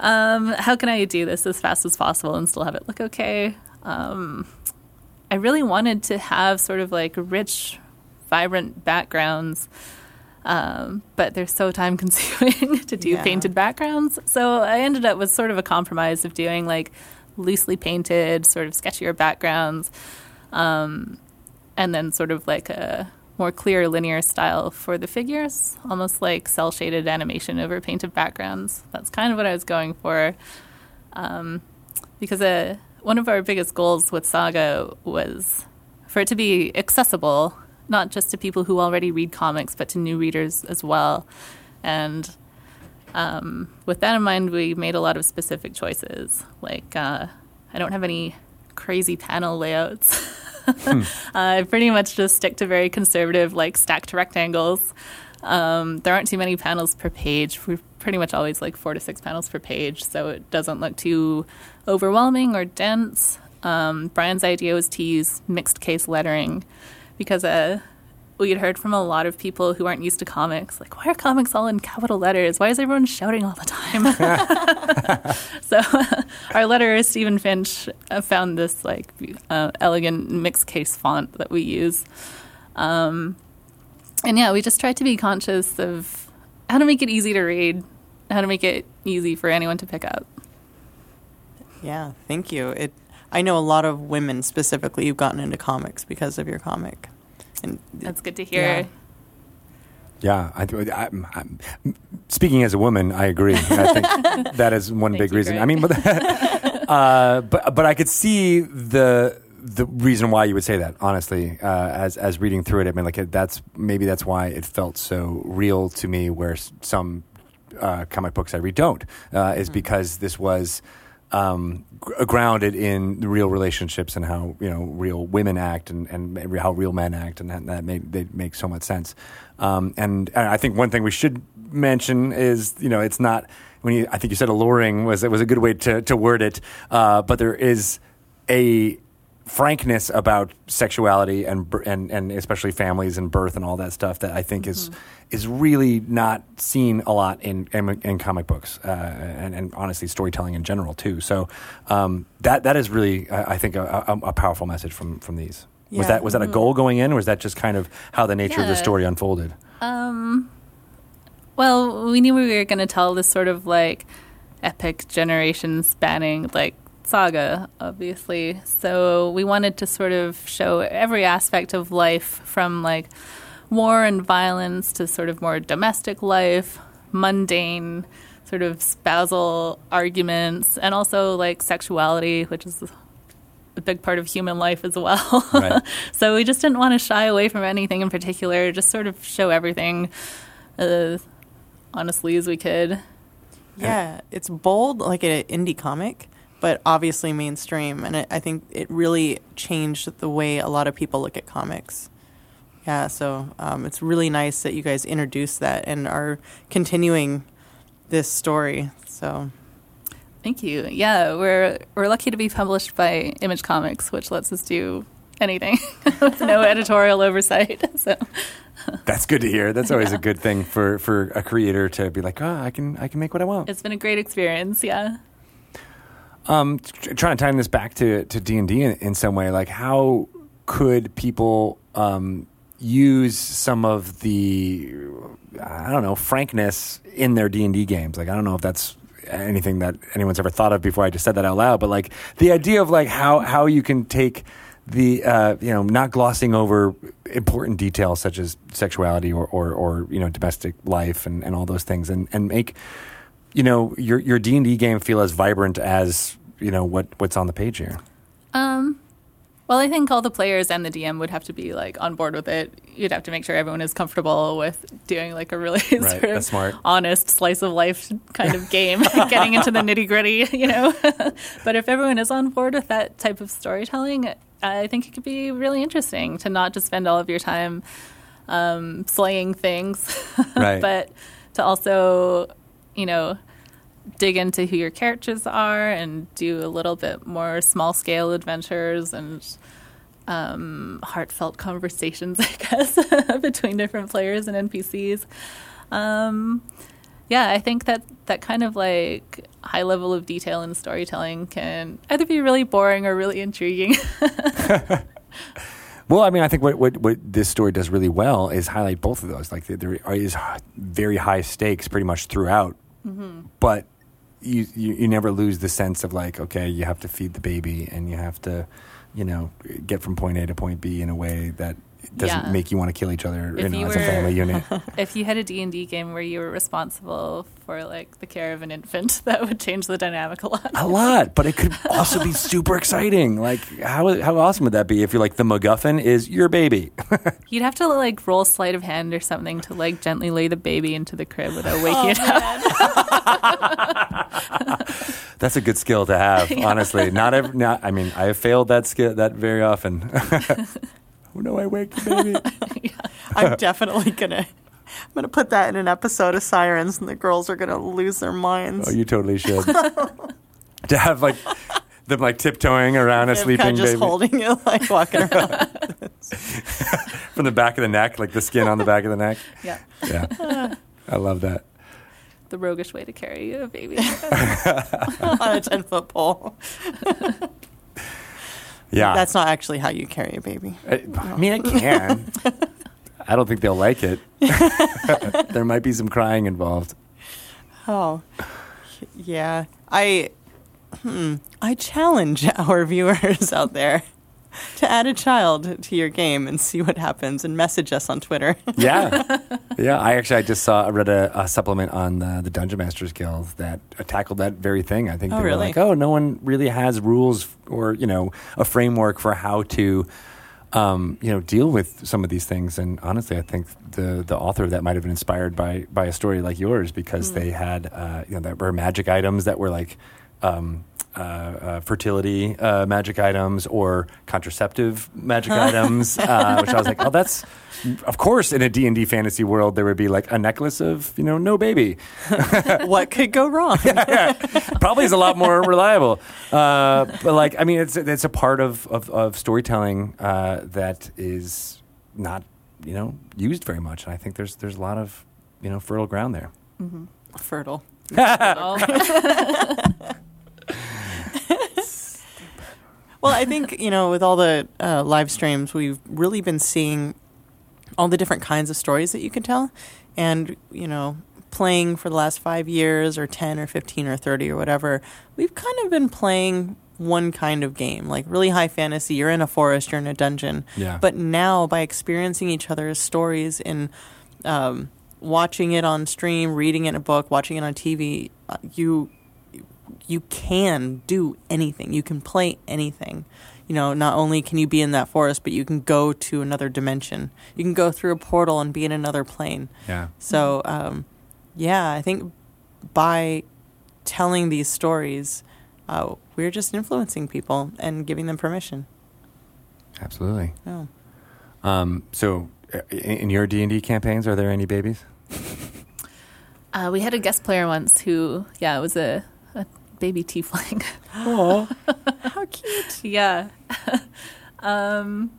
D: um, how can I do this as fast as possible and still have it look okay? Um, I really wanted to have sort of like rich, vibrant backgrounds, um, but they're so time consuming to do
E: Yeah.
D: painted backgrounds. So I ended up with sort of a compromise of doing like loosely painted, sort of sketchier backgrounds, um, and then sort of like a more clear linear style for the figures, almost like cell shaded animation over painted backgrounds. That's kind of what I was going for. Um, because uh, one of our biggest goals with Saga was for it to be accessible not just to people who already read comics, but to new readers as well. And um, with that in mind, we made a lot of specific choices. Like, uh, I don't have any crazy panel layouts. I pretty much just stick to very conservative, like stacked rectangles. Um, there aren't too many panels per page. We're pretty much always like four to six panels per page, so it doesn't look too overwhelming or dense. Um, Brian's idea was to use mixed case lettering because uh, we had heard from a lot of people who aren't used to comics, like, why are comics all in capital letters? Why is everyone shouting all the time? So our letterist Stephen Finch uh, found this like uh, elegant mixed case font that we use, um, and yeah, we just tried to be conscious of how to make it easy to read, how to make it easy for anyone to pick up.
E: Yeah, thank you. It. I know a lot of women specifically who've gotten into comics because of your comic, and
D: That's good to hear.
E: Yeah.
A: Yeah, I, I, I, speaking as a woman, I agree. I think that is one
D: Thanks,
A: big reason.
D: Greg.
A: I mean, but, uh, but but I could see the the reason why you would say that. Honestly, uh, as as reading through it, I mean, like that's maybe that's why it felt so real to me. Where s- some uh, comic books I read don't uh, is because this was. Um, gr- grounded in real relationships and how you know real women act and, and how real men act and that, that made they make so much sense. Um, and, and I think one thing we should mention is you know it's not when you I think you said alluring was it was a good way to to word it, uh, but there is a frankness about sexuality and bir- and and especially families and birth and all that stuff that I think is is really not seen a lot in in, in comic books uh, and and honestly storytelling in general too. So um, that that is really I I think a, a, a powerful message from from these. Was
E: Yeah.
A: that was that a goal going in, or was that just kind of how the nature of the
D: Yeah.
A: story unfolded?
D: Um, Well, we knew we were going to tell this sort of like epic generation spanning like saga, obviously. So we wanted to sort of show every aspect of life from like war and violence to sort of more domestic life, mundane sort of spousal arguments, and also like sexuality, which is a big part of human life as well.
A: Right.
D: so we just didn't want to shy away from anything in particular, just sort of show everything uh, honestly as we could.
E: Yeah, it's bold like an indie comic, but obviously mainstream. And I I think it really changed the way a lot of people look at comics. Yeah, so um, it's really nice that you guys introduced that and are continuing this story. So
D: Thank you. Yeah, we're we're lucky to be published by Image Comics, which lets us do anything with no editorial oversight. So
A: That's good to hear. That's always a good thing for for a creator to be like, oh, I can I can make what I want.
D: it's been a great experience. Yeah.
A: Um, tr- trying to tie this back to to D and D in some way, like how could people um, use some of the I don't know frankness in their D and D games? Like I don't know if that's anything that anyone's ever thought of before. I just said that out loud, but like the idea of like how how you can take the uh, you know not glossing over important details such as sexuality or or, or you know domestic life and, and all those things and and make you know your your D and D game feel as vibrant as you know what what's on the page here.
D: Um, well, I think all the players and the DM would have to be like on board with it. You'd have to make sure everyone is comfortable with doing like a really sort of
A: that's smart.
D: honest slice of life kind of game, getting into the nitty gritty, you know. but if everyone is on board with that type of storytelling, I think it could be really interesting to not just spend all of your time um, slaying things,
A: Right.
D: but to also, you know, dig into who your characters are and do a little bit more small scale adventures and um, heartfelt conversations, I guess, between different players and NPCs. Um, yeah, I think that that kind of like high level of detail in storytelling can either be really boring or really intriguing.
A: Well, I mean, I think what, what, what this story does really well is highlight both of those. Like there are- is h- very high stakes pretty much throughout,
D: Mm-hmm.
A: but you, you you never lose the sense of like okay, you have to feed the baby and you have to you know get from point A to point B in a way that it doesn't
D: Yeah.
A: make you want to kill each other
D: If
A: you know,
D: you
A: as a
D: were-
A: family unit.
D: If you had a D&D game where you were responsible for like the care of an infant, that would change the dynamic a lot.
A: a lot, but it could also be super exciting. Like, how how awesome would that be if you're like the MacGuffin is your baby?
D: You'd have to like roll sleight of hand or something to like gently lay the baby into the crib without waking it up.
A: That's a good skill to have, honestly. Not every, not, I mean, I have failed that skill that very often. oh no, I wake the baby.
E: I'm definitely gonna. I'm gonna put that in an episode of Sirens, and the girls are gonna lose their minds.
A: Oh, you totally should. to have like them like tiptoeing around a
E: Ivka
A: sleeping
E: just
A: baby
E: holding it, like walking around.
A: from the back of the neck, like the skin on the back of the neck.
D: Yeah.
A: Yeah, I love that.
D: The roguish way to carry a baby.
E: on a 10 foot pole.
A: Yeah,
E: That's not actually how you carry a baby.
A: I, I mean, I can. I don't think they'll like it. there might be some crying involved.
E: Oh, yeah. I, hmm, I challenge our viewers out there to add a child to your game and see what happens and message us on Twitter.
A: Yeah, yeah. I actually I just saw I read a, a supplement on the, the Dungeon Masters Guild that tackled that very thing. I think
E: Oh,
A: they were
E: really?
A: like, oh, no one really has rules or you know a framework for how to. Um, you know, deal with some of these things, and honestly, I think the the author of that might have been inspired by by a story like yours because they had uh, you know that were magic items that were like um, uh, uh, fertility uh, magic items or contraceptive magic items, uh, which I was like, oh, that's of course in a D and D fantasy world there would be like a necklace of you know no baby.
E: what could go wrong?
A: Probably is a lot more reliable, uh, but like I mean, it's it's a part of of, of storytelling uh, that is not you know used very much, and I think there's there's a lot of you know fertile ground there.
E: Fertile.
D: Oh,
E: Well, I think, you know, with all the uh, live streams, we've really been seeing all the different kinds of stories that you can tell. And, you know, playing for the last five years or 10 or 15 or 30 or whatever, we've kind of been playing one kind of game, like really high fantasy. You're in a forest, you're in a dungeon.
A: Yeah.
E: But now, by experiencing each other's stories and um, watching it on stream, reading it in a book, watching it on TV, uh, you you can do anything. You can play anything. You know, not only can you be in that forest, but you can go to another dimension. You can go through a portal and be in another plane.
A: Yeah.
E: So, um, yeah, I think by telling these stories, uh, we're just influencing people and giving them permission.
A: Absolutely.
E: Oh.
A: Um, so, uh, in, in your D and D campaigns, are there any babies?
D: uh, we had a guest player once who, yeah, it was a, a baby tiefling.
A: Oh,
E: How cute.
D: yeah. um,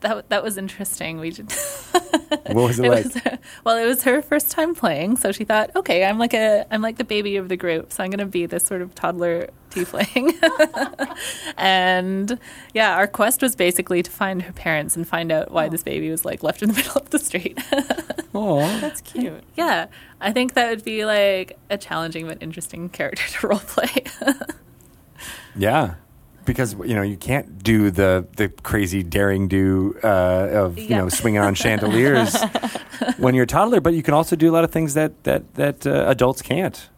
D: that that was interesting. We did.
A: what was it, like?
D: was well, it was her first time playing, so she thought, okay, I'm like a I'm like the baby of the group, so I'm gonna be this sort of toddler tiefling. and yeah, our quest was basically to find her parents and find out why this baby was like left in the middle of the street.
A: Oh,
E: That's cute.
D: yeah, I think that would be like a challenging but interesting character to roleplay.
A: yeah. Because you know you can't do the the crazy daring do uh, of you
D: Yeah.
A: know swinging on chandeliers when you're a toddler, but you can also do a lot of things that that that uh, adults can't.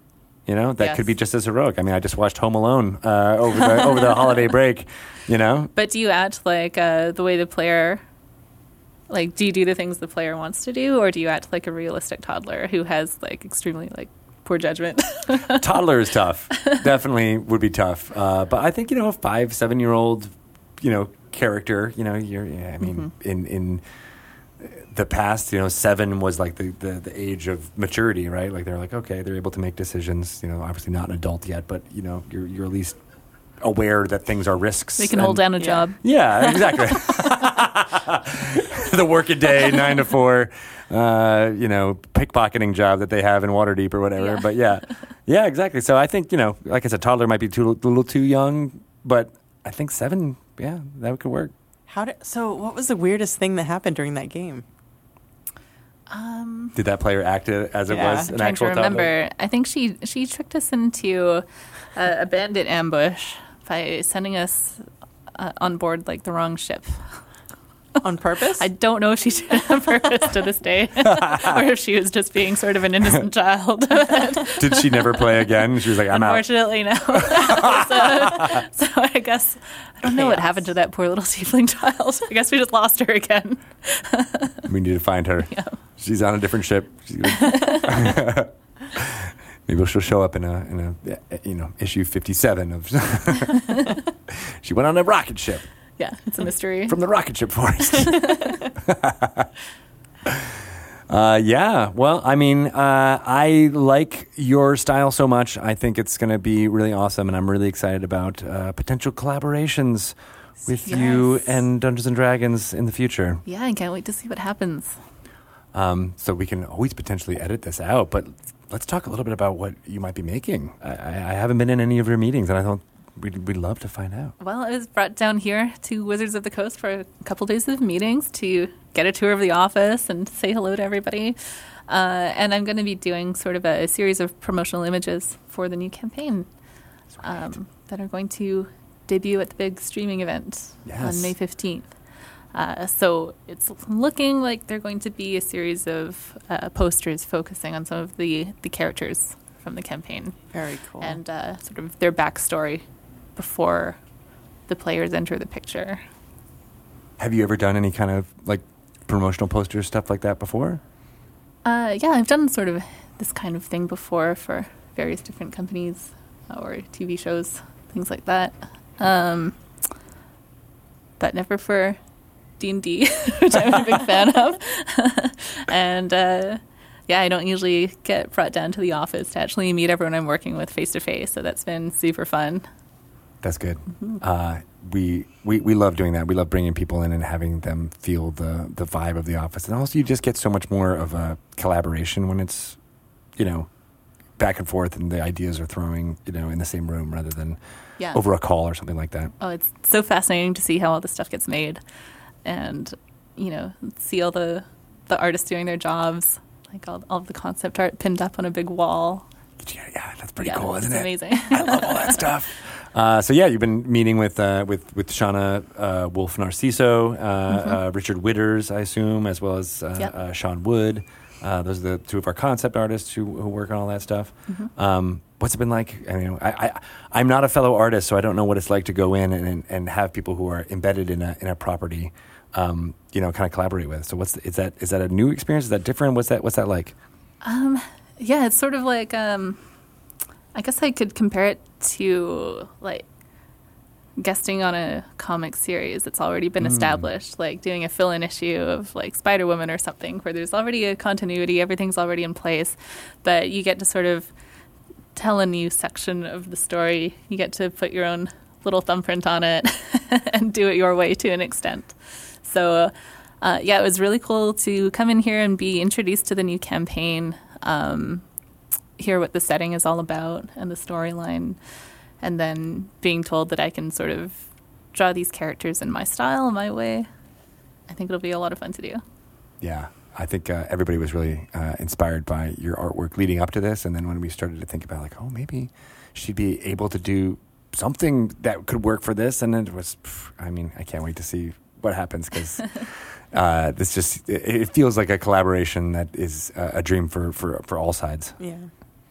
A: You know that could
D: Yes.
A: be just as heroic. I mean, I just watched Home Alone uh, over the over the holiday break. You know,
D: but do you act like uh, the way the player? Like, do you do the things the player wants to do, or do you act like a realistic toddler who has like extremely like poor judgment?
A: toddler is tough. Definitely would be tough. Uh, but I think you know, a five, seven year old, you know, character. You know, you're. Yeah, I mean,
D: Mm-hmm.
A: in in the past, you know, seven was like the, the the age of maturity, right? Like they're like, okay, they're able to make decisions. You know, obviously not an adult yet, but you know, you're you're at least aware that things are risks.
D: They can hold
A: and-
D: down a
E: Yeah.
D: job.
A: Yeah, exactly. the work a day, nine to four, uh, you know, pickpocketing job that they have in Waterdeep or whatever.
D: Yeah.
A: But yeah, yeah, exactly. So I think, you know, like I said, toddler might be too, a little too young, but I think seven, yeah, that could work.
E: How did, so, what was the weirdest thing that happened during that game?
A: Did that player act it as it
E: Yeah,
A: was an
E: I'm
D: Um, trying to
A: actual toddler?
D: remember. I think she she tricked us into a, a bandit ambush by sending us uh, on board like the wrong ship.
E: on purpose.
D: I don't know if she did it on purpose to this day, or if she was just being sort of an innocent child.
A: Did she never play again? She was like, I'm out.
D: Unfortunately, no. so, so I guess I don't know what happened to that poor little tiefling child. I guess we just lost her again.
A: We need to find her. She's on a different ship. She's gonna- Maybe she'll show up in a in a you know issue 57 of. she went on a rocket ship
D: Yeah, it's a mystery.
A: from the rocket ship forest. uh, yeah. Well, I mean, uh, I like your style so much. I think it's going to be really awesome, and I'm really excited about uh, potential collaborations with you
D: Yes.
A: and Dungeons and Dragons in the future.
D: Yeah, I can't wait to see what happens.
A: Um, so we can always potentially edit this out, but let's talk a little bit about what you might be making. I, I, I haven't been in any of your meetings, and I thought we'd, we'd love to find out.
D: Well, I was brought down here to Wizards of the Coast for a couple days of meetings to get a tour of the office and say hello to everybody. Uh, and I'm going to be doing sort of a series of promotional images for the new campaign um, that are going to debut at the big streaming event
A: Yes.
D: on May 15th. Uh, so it's looking like they're going to be a series of uh, posters focusing on some of the, the characters from the campaign
E: Very cool.
D: and uh, sort of their backstory before the players enter the picture.
A: Have you ever done any kind of like promotional poster stuff like that before?
D: Uh, yeah, I've done sort of this kind of thing before for various different companies uh, or TV shows, things like that. Um, but never for D and D, which I'm a big fan of. and uh, yeah, I don't usually get brought down to the office to actually meet everyone I'm working with face to face. So that's been super fun.
A: That's good. Uh, we, we we love doing that. We love bringing people in and having them feel the the vibe of the office, and also you just get so much more of a collaboration when it's you know back and forth, and the ideas are throwing you know in the same room rather than
D: Yeah.
A: over a call or something like that.
D: Oh, it's so fascinating to see how all this stuff gets made, and you know, see all the the artists doing their jobs, like all all the concept art pinned up on a big wall.
A: Yeah, yeah that's pretty
D: yeah,
A: cool,
D: it's
A: isn't it?
D: amazing.
A: I love all that stuff. Uh, so yeah, you've been meeting with uh, with with Shauna uh, Wolf Narciso, uh, uh, Richard Witters, I assume, as well as uh,
D: Mm-hmm. Yep.
A: uh, Sean Wood. Uh, those are the two of our concept artists who, who work on all that stuff.
D: Mm-hmm.
A: Um, what's it been like? I mean, I, I I'm not a fellow artist, so I don't know what it's like to go in and, and, and have people who are embedded in a in a property, um, you know, kind of collaborate with. So what's is that is that a new experience? Is that different? What's that what's that like?
D: Um, yeah, it's sort of like um, I guess I could compare it to like guesting on a comic series that's already been established, like doing a fill-in issue of like Spider Woman or something, where there's already a continuity, everything's already in place, but you get to sort of tell a new section of the story. You get to put your own little thumbprint on it and do it your way to an extent. So, uh, yeah, it was really cool to come in here and be introduced to the new campaign, um, hear what the setting is all about and the storyline, and then being told that I can sort of draw these characters in my style, my way. I think it'll be a lot of fun to do.
A: Yeah, I think uh, everybody was really uh, inspired by your artwork leading up to this, and then when we started to think about like, oh, maybe she'd be able to do something that could work for this, and it was, pff, I mean, I can't wait to see what happens because. Uh, this just it, it feels like a collaboration that is uh, a dream for, for, for all sides.
E: yeah.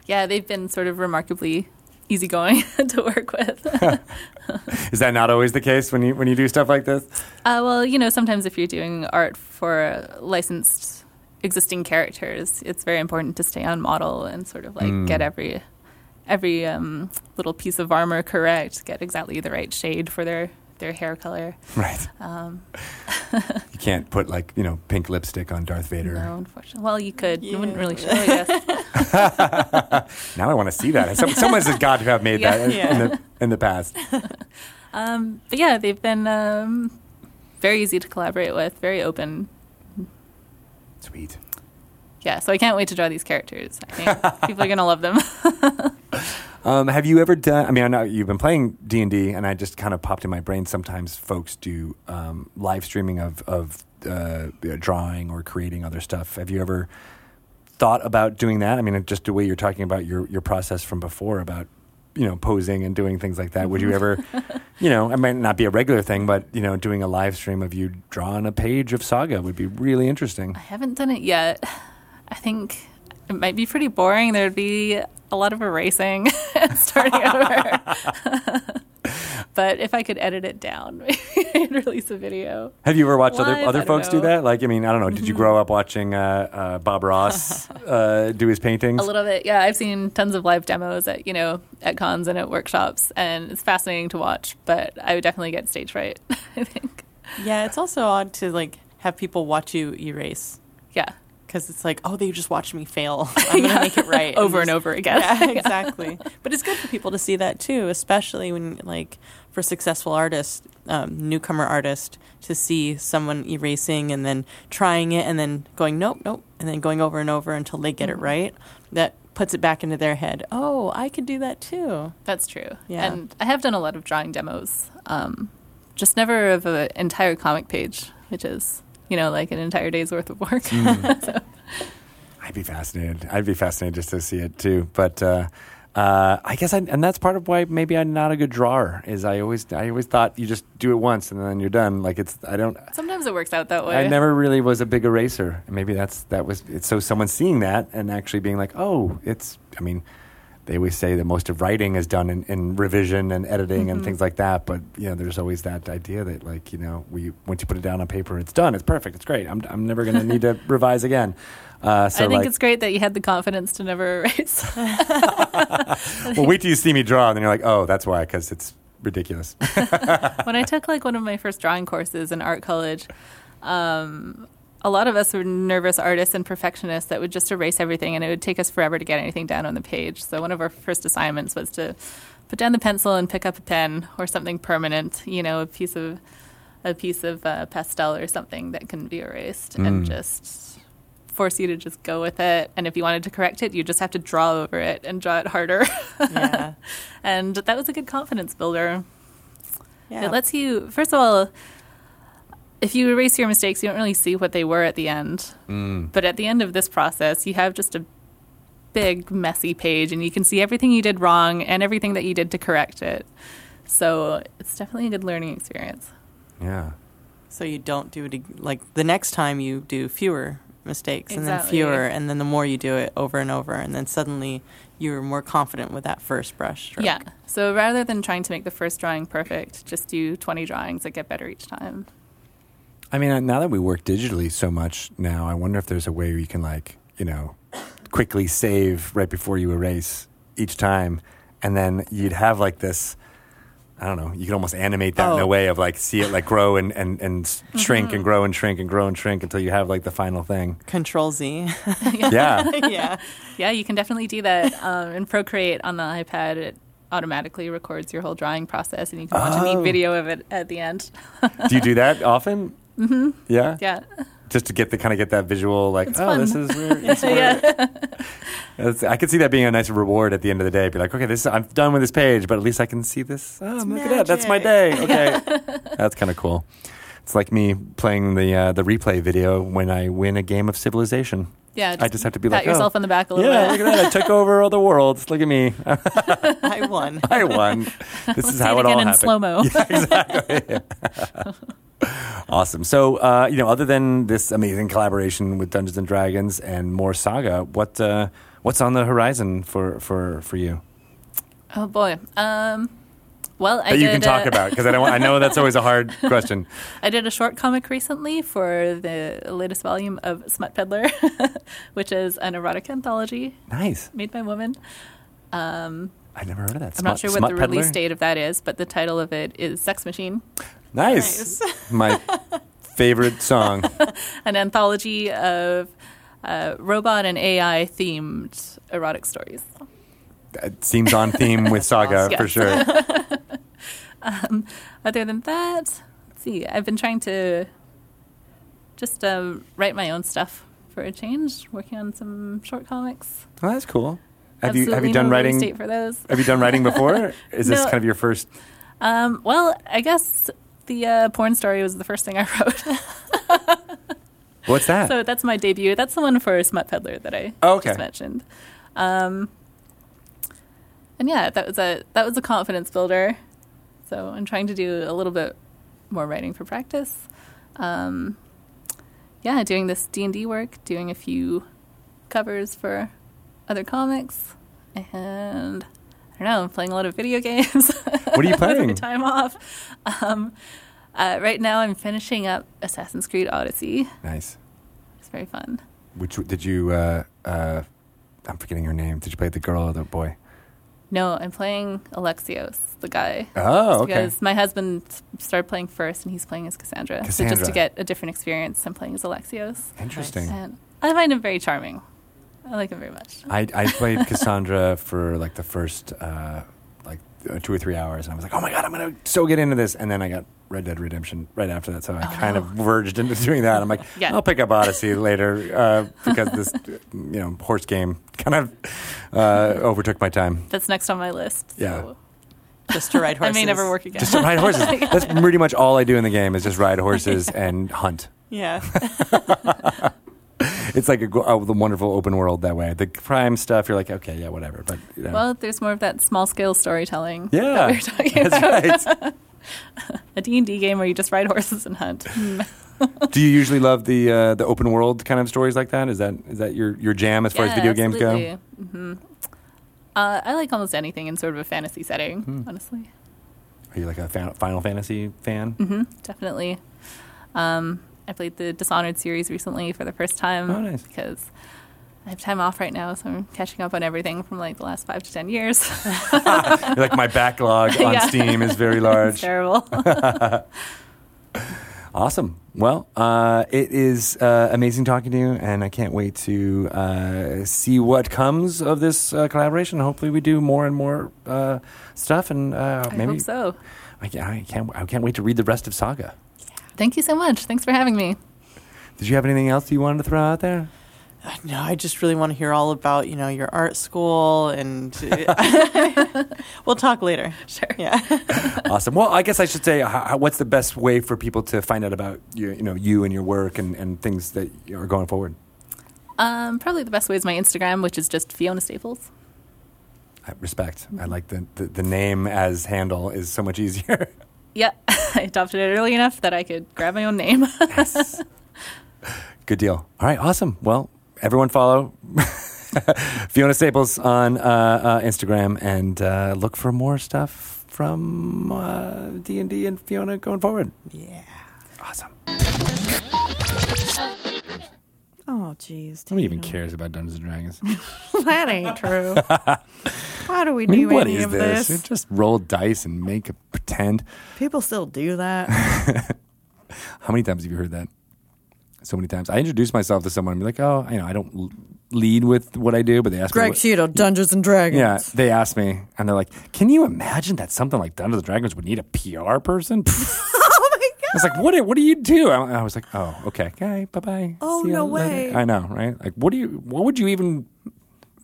D: Yeah, they've been sort of remarkably easygoing to work with.
A: Is that not always the case when you when you do stuff like this?
D: Uh, well, you know, sometimes if you're doing art for licensed existing characters, it's very important to stay on model and sort of like get every every um, little piece of armor correct, get exactly the right shade for their their hair color.
A: Right.
D: Um,
A: You can't put like you know pink lipstick on Darth Vader.
D: no, unfortunately. Well, you could. You wouldn't
E: Yeah.
D: really show, I guess.
A: Now I want to see that. Some, someone's got to have made that
E: Yeah.
A: in the in the past.
D: Um, but yeah, they've been um, very easy to collaborate with, very open.
A: Sweet.
D: Yeah, so I can't wait to draw these characters. I think people are going to love them.
A: Um, have you ever done? I mean, I know you've been playing D anD D, and I just kind of popped in my brain. Sometimes folks do um, live streaming of of uh, drawing or creating other stuff. Have you ever thought about doing that? I mean, just the way you're talking about your your process from before about you know, posing and doing things like that. Would you ever, you know, it might not be a regular thing, but you know, doing a live stream of you drawing a page of Saga would be really interesting.
D: I haven't done it yet. I think it might be pretty boring. There'd be a lot of erasing and starting over. but if I could edit it down, maybe I'd release a video.
A: Have you ever watched other
D: Live, Mm-hmm.
A: other
D: I don't
A: folks do
D: know.
A: that? Like, I mean, I don't know. Did you grow up watching uh, uh, Bob Ross uh, do his paintings?
D: A little bit, yeah. I've seen tons of live demos at you know at cons and at workshops, and it's fascinating to watch. But I would definitely get stage fright. I think,
E: Yeah, it's also odd to like have people watch you erase
D: yeah,
E: because it's like, oh, they just watched me fail. I'm gonna make it right
D: over
E: just-
D: and over again.
E: Yeah, exactly. but it's good for people to see that too, especially when like for successful artists, um, newcomer artists, to see someone erasing and then trying it and then going nope, nope, and then going over and over until they
D: Mm-hmm.
E: get it right. That puts it back into their head. Oh, I could do that too.
D: That's true.
E: Yeah.
D: And I have done a lot of drawing demos, um, just never of an entire comic page, which is, you know, like an entire day's worth of work.
A: Mm.
D: so,
A: I'd be fascinated. I'd be fascinated just to see it too. But uh, uh, I guess, I, and that's part of why maybe I'm not a good drawer. Is I always, I always thought you just do it once and then you're done. Like it's, I don't,
D: sometimes it works out that way.
A: I never really was a big eraser. Maybe that's that was. It's so someone seeing that and actually being like, oh, it's. I mean, they always say that most of writing is done in, in revision and editing
D: Mm-hmm.
A: and things like that. But you know, there's always that idea that like you know, we once you put it down on paper, it's done. It's perfect. It's great. I'm I'm never going to need to revise again. Uh, so
D: I think
A: like,
D: it's great that you had the confidence to never erase.
A: well, wait till you see me draw, and then you're like, oh, that's why, because it's ridiculous.
D: when I took like one of my first drawing courses in art college, um, a lot of us were nervous artists and perfectionists that would just erase everything, and it would take us forever to get anything down on the page. So one of our first assignments was to put down the pencil and pick up a pen or something permanent, you know, a piece of a piece of uh, pastel or something that can be erased, and just force you to just go with it. And if you wanted to correct it, you just have to draw over it and draw it harder.
E: Yeah.
D: and that was a good confidence builder.
E: Yeah.
D: It lets you, first of all, if you erase your mistakes, you don't really see what they were at the end.
A: Mm,
D: But at the end of this process, you have just a big, messy page and you can see everything you did wrong and everything that you did to correct it. So it's definitely a good learning experience.
A: yeah.
E: So you don't do it ag- like the next time you do fewer mistakes and then
D: Exactly.
E: fewer and then the more you do it over and over and then suddenly you're more confident with that first brush stroke.
D: Yeah. So rather than trying to make the first drawing perfect, just do 20 drawings that get better each time.
A: I mean, uh, now that we work digitally so much now, I wonder if there's a way where you can like, you know, quickly save right before you erase each time, and then you'd have like this. I don't know. You could almost animate that in a
E: Oh.
A: way of like see it like grow and and and s- shrink and grow and shrink and grow and shrink until you have like the final thing.
E: control z
A: Yeah.
E: yeah
D: Yeah, you can definitely do that. Um, in Procreate on the iPad, it automatically records your whole drawing process and you can watch a
A: Oh.
D: neat video of it at the end.
A: Do you do that often? Mm-hmm. Yeah.
D: Yeah.
A: Just to get the kind of get that visual like,
D: It's
A: oh,
D: fun.
A: this is weird.
D: yeah.
A: That's- I could see that being a nice reward at the end of the day. Be like, okay, this I'm done with this page, but at least I can see this. Oh, look at that. That's my day. Okay, that's kind of cool. It's like me playing the uh, the replay video when I win a game of Civilization.
D: Yeah.
A: I just have to be
D: pat
A: like,
D: yourself
A: oh,
D: on the back a little
A: yeah,
D: bit.
A: look at that. I took over all the worlds. Look at me.
E: i won
A: I won. This
D: Let's
A: is
D: see
A: how it,
D: it again
A: all
D: in
A: happened.
D: slow-mo.
A: Yeah, exactly. awesome. So, uh, you know, other than this amazing collaboration with Dungeons and Dragons and more Saga, what uh, what's on the horizon for for for you?
D: Oh, boy. Um, well, I
A: that
D: did,
A: you can talk
D: uh,
A: about because I don't. Want, I know that's always a hard question.
D: I did a short comic recently for the latest volume of Smut Peddler, which is an erotic anthology
A: Nice.
D: made by women. Um,
A: I've never heard of that.
D: I'm
A: Smut-
D: not sure what
A: smut
D: the
A: peddler?
D: release date of that is, but the title of it is Sex Machine.
A: Nice. My favorite song.
D: an anthology of uh, robot and AI themed erotic stories.
A: It seems on theme with Saga
D: awesome.
A: for sure. Oh,
D: Other than that, let's see, I've been trying to just um, write my own stuff for a change, working on some short comics.
A: Well, that's cool. Have you have
D: Absolutely
A: you done
D: no release
A: writing?
D: date for those?
A: Have you done writing before? Is this
D: No.
A: kind of your first?
D: Um, well, I guess the uh, porn story was the first thing I wrote,
A: What's that? Oh,
D: so that's my debut. That's the one for Smut Peddler that I
A: Okay.
D: just mentioned. Um, and yeah, that was a that was a confidence builder. So I'm trying to do a little bit more writing for practice. Um, yeah, doing this D and D work, doing a few covers for other comics, and I don't know, I'm playing a lot of video games.
A: What are you
D: with my
A: playing?
D: time off. Um, uh, right now, I'm finishing up Assassin's Creed Odyssey.
A: nice.
D: It's very fun.
A: Which did you? Uh, uh, I'm forgetting her name. Did you play the girl or the boy?
D: No, I'm playing Alexios, the guy.
A: Oh,
D: Just
A: okay.
D: Because my husband started playing first, and he's playing as Cassandra. So just
A: Cassandra.
D: to get a different experience, I'm playing as Alexios,
A: Interesting.
D: and I find him very charming. I like him very much.
A: I, I played Cassandra for like the first uh, like uh, two or three hours, and I was like, oh my god, I'm gonna so get into this. And then I got Red Dead Redemption right after that, so I kind of verged into doing that. I'm like,
D: Oh, Yeah.
A: I'll pick up Odyssey later uh, because this you know horse game kind of uh, overtook my time.
D: That's next on my list.
A: Yeah.
D: so
E: just to ride
D: I
E: horses.
D: may never work again.
A: Just to ride horses. That's pretty much all I do in the game is just ride horses and hunt.
E: Yeah,
A: It's like a, gr- a, the wonderful open world that way. The crime stuff, you're like, okay, yeah, whatever. But you know.
D: well, there's more of that small scale storytelling.
A: yeah,
D: that we were talking about.
A: that's right.
D: A D and D game where you just ride horses and hunt.
A: Do you usually love the uh, the open world kind of stories like that? Is that is that your your jam as far as video games go?
D: hmm Uh, I like almost anything in sort of a fantasy setting,
A: Hmm.
D: honestly.
A: Are you like a fan, Final Fantasy fan?
D: hmm Definitely. Um, I played the Dishonored series recently for the first time
A: Oh, nice.
D: because I have time off right now, so I'm catching up on everything from like the last five to ten years.
A: You're like my backlog on
D: Yeah.
A: Steam is very large.
D: it's terrible.
A: Oh, Awesome. Well, uh, it is uh, amazing talking to you, and I can't wait to uh, see what comes of this uh, collaboration. Hopefully, we do more and more uh, stuff, and uh,
D: I
A: maybe
D: hope so.
A: I, can't, I can't. I can't wait to read the rest of Saga.
D: Thank you so much. Thanks for having me.
A: Did you have anything else you wanted to throw out there?
E: no, I just really want to hear all about you know your art school, and we'll talk later.
D: Sure.
E: Yeah.
A: awesome. Well, I guess I should say, how, how- what's the best way for people to find out about you, you know you and your work and, and things that are going forward?
D: Um, probably the best way is my Instagram, which is just Fiona Staples.
A: I respect. I like the, the the name as handle is so much easier.
D: Yeah, I adopted it early enough that I could grab my own name.
A: Yes. Good deal. All right. Awesome. Well, everyone follow Fiona Staples on uh, uh, Instagram and uh, look for more stuff from uh, D&D and Fiona going forward.
E: yeah.
A: Awesome.
B: Oh, jeez.
A: Nobody even
B: Daniel.
A: cares about Dungeons & Dragons.
B: That ain't true. Why do we
A: I
B: do
A: mean, what
B: any
A: is
B: of
A: this?
B: this?
A: You Just roll dice and make a pretend.
B: People still do that.
A: How many times have you heard that? So many times. I introduce myself to someone and be like, oh, you know, I don't l- lead with what I do, but they ask me.
B: Greg
A: what-
B: Cheeto, Dungeons and Dragons.
A: Yeah, they asked me, and they're like, "Can you imagine that something like Dungeons and Dragons would need a PR person?" I
B: oh my god.
A: was like, "What? do- What do you do?" I, I was like, "Oh, okay, okay, bye bye."
B: Oh, no way.
A: I know, right? Like, what do you? What would you even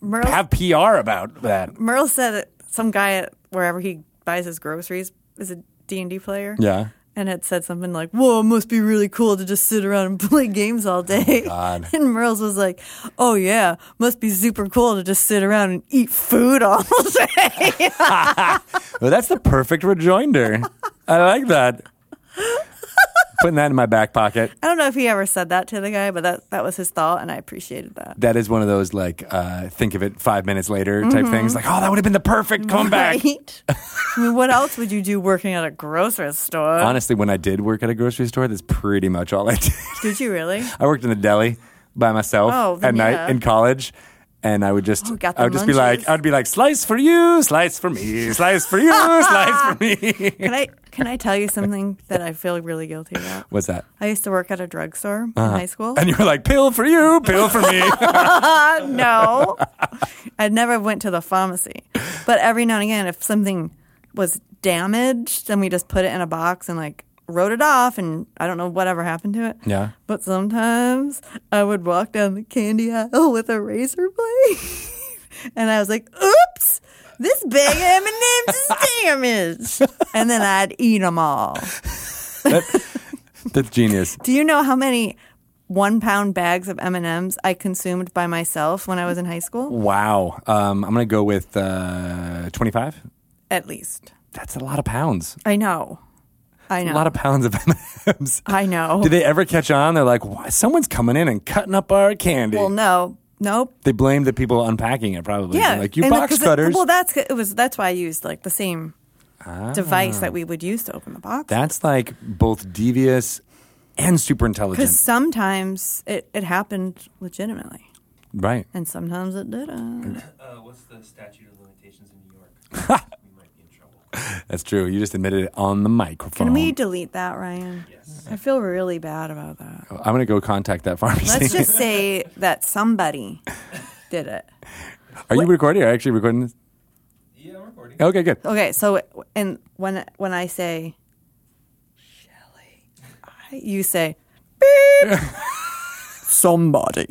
B: Merle,
A: have PR about that?
B: Merle said that some guy at wherever he buys his groceries is a D&D player.
A: Yeah.
B: And had said something like, "Whoa, it must be really cool to just sit around and play games all day."
A: God.
B: And Merle's was like, "Oh yeah, must be super cool to just sit around and eat food all day."
A: Well, Oh, that's the perfect rejoinder. I like that. Putting that in my back pocket.
B: I don't know if he ever said that to the guy, but that that was his thought, and I appreciated that.
A: That is one of those like uh, think of it five minutes later type things. Like, oh, that would have been the perfect comeback.
B: Mm-hmm. Right? I mean, what else would you do working at a grocery store?
A: Honestly, when I did work at a grocery store, that's pretty much all I did.
B: Did you really?
A: I worked in the deli by myself
B: Oh,
A: at
B: then
A: night
B: yeah.
A: in college. And I would just,
B: Oh, got the
A: I would just be
B: munchies.
A: like, I'd be like, slice for you, slice for me, slice for you, slice for me.
B: Can I can I tell you something that I feel really guilty about?
A: What's that?
B: I used to work at a drugstore in high school.
A: And you were like, pill for you, pill for me.
B: Uh, no, I never went to the pharmacy, but every now and again, if something was damaged, then we just put it in a box and like wrote it off, and I don't know whatever happened to it.
A: Yeah.
B: But sometimes I would walk down the candy aisle with a razor blade, and I was like, "Oops." This bag of M&M's is damaged. And then I'd eat them all.
A: That- that's genius.
B: Do you know how many one pound bags of M and M's I consumed by myself when I was in high school,
A: Wow. Um, I'm going to go with uh, 25.
B: at least.
A: That's a lot of pounds.
B: I know, I know,
A: A lot of pounds of M&Ms.
B: I know.
A: Did they ever catch on? They're like, Why, someone's coming in and cutting up our candy.
B: well, no, nope.
A: they blame the people unpacking it, probably.
B: Yeah,
A: They're like, you
B: And,
A: box
B: 'cause it-
A: cutters. Ah.
B: well, that's it was that's why I used like the same device that we would use to open the box.
A: That's like both devious and super intelligent.
B: Because sometimes it, it happened legitimately,
A: Right.
B: and sometimes it didn't.
F: Uh, what's the statute of limitations in New York? we might be in trouble.
A: That's true. You just admitted it on the microphone.
B: Can we delete that, Ryan? Yes. I feel really bad about that.
A: I'm going to go contact that pharmacy.
B: Let's just say that somebody did it.
A: Are you recording? Are you actually recording this?
F: Yeah, I'm recording.
A: Okay, good.
B: Okay, so and when when I say Shelly, I, you say beep. somebody.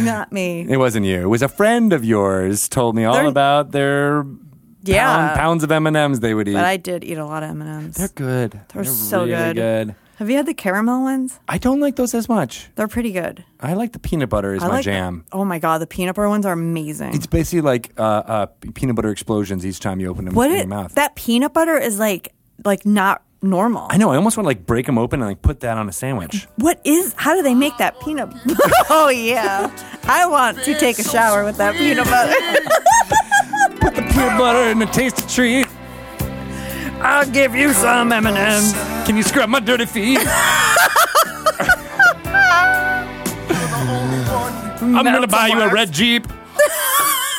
B: Not me.
A: It wasn't you. It was a friend of yours told me all
B: They're-
A: about their pound-
B: Yeah,
A: pounds of M and M's they would eat.
B: but I did eat a lot of M and
A: They're
B: M's.
A: good. They're,
B: so
A: really
B: good. Have you had the caramel ones?
A: I don't like those as much.
B: They're pretty good.
A: I like the peanut butter as
B: I
A: my
B: like the-
A: jam.
B: oh my god, the peanut butter ones are amazing.
A: It's basically like uh, uh, peanut butter explosions each time you open them
B: what
A: in
B: it,
A: your mouth.
B: that peanut butter is like like not normal.
A: I know. I almost want to like break them open and like put that on a sandwich.
B: What is? How do they make that peanut? oh yeah, I want to take a shower with that peanut butter.
A: put the peanut butter in a tasty treat. I'll give you some M&Ms. Can you scrub my dirty feet? I'm gonna buy you a red Jeep.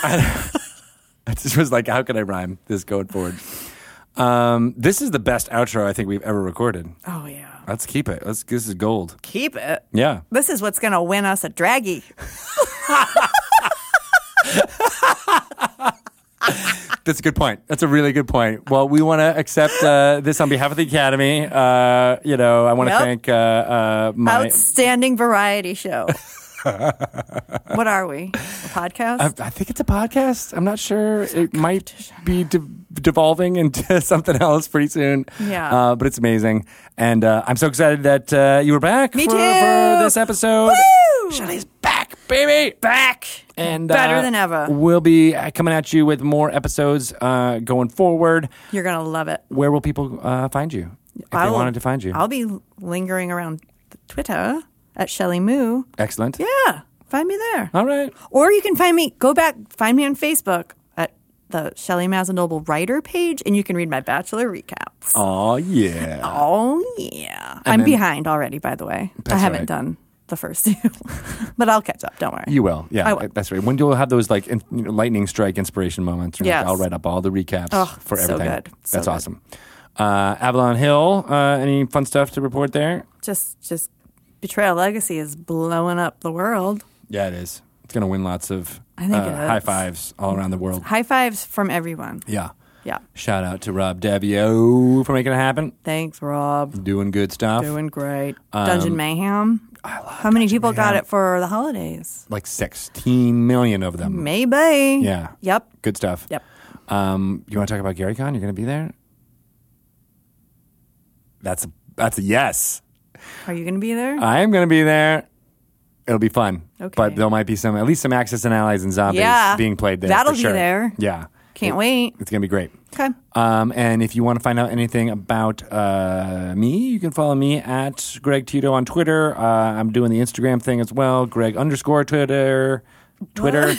A: I just was like, how can I rhyme this going forward? Um, this is the best outro I think we've ever recorded.
B: oh yeah,
A: Let's keep it. Let's. This is gold.
B: keep it.
A: Yeah.
B: This is what's gonna win us a draggy.
A: That's a good point. That's a really good point. Well, we want to accept uh, this on behalf of the Academy. Uh, you know, I want to
B: Yep.
A: thank uh, uh, my.
B: Outstanding variety show. what are we? A podcast?
A: I, I think it's a podcast. I'm not sure. It might be de- devolving into something else pretty soon.
B: Yeah.
A: Uh, but it's amazing. And uh, I'm so excited that uh, you were back
B: Me
A: for,
B: too.
A: for this episode.
B: Woo!
A: Shelly's back, baby. Back. And uh,
B: Better than ever.
A: We'll be uh, coming at you with more episodes uh, going forward.
B: You're gonna love it.
A: Where will people uh, find you if they wanted to find you?
B: I'll be lingering around Twitter at Shelly Moo.
A: Excellent.
B: Yeah, find me there.
A: All right.
B: Or you can find me, go back, find me on Facebook at the Shelley Mazenoble writer page, and you can read my bachelor recaps.
A: Oh yeah.
B: Oh, yeah. I'm
A: then-
B: behind already, by the way. I
A: all
B: haven't
A: right.
B: done the first two, but I'll catch up. Don't worry.
A: You will, yeah.
B: I will.
A: That's right. When you'll have those like in, you know, lightning strike inspiration moments. You're like,
B: Yes.
A: I'll write up all the recaps
B: Oh,
A: for
B: so
A: everything.
B: good. So
A: That's
B: good.
A: awesome. Uh, Avalon Hill. Uh, any fun stuff to report there?
B: just, just Betrayal Legacy is blowing up the world.
A: Yeah, it is. It's gonna win lots of
B: I think it
A: uh,
B: is.
A: high fives all around the world.
B: High fives from everyone.
A: Yeah.
B: Yeah.
A: Shout out to Rob Davio for making it happen.
B: Thanks, Rob.
A: Doing good stuff.
B: Doing great.
A: um,
B: Dungeon Mayhem. I love How many people got
A: Mayhem.
B: it for the holidays?
A: like sixteen million of them.
B: Maybe.
A: Yeah.
B: Yep.
A: Good stuff.
B: Yep.
A: Um, you want to talk about GaryCon? You're going to be there. That's a, that's a yes.
B: Are you going to be there?
A: I am going to be there. It'll be fun.
B: Okay.
A: But there might be some, at least some Axis and Allies and Zombies
B: Yeah.
A: being played there.
B: That'll
A: for
B: be
A: sure.
B: there.
A: Yeah.
B: Can't
A: It-
B: wait.
A: It's going to be great.
B: Okay.
A: Um, and if you want to find out anything about uh, me, you can follow me at Greg Tito on Twitter. Uh, I'm doing the Instagram thing as well, Greg underscore Twitter. Twitter.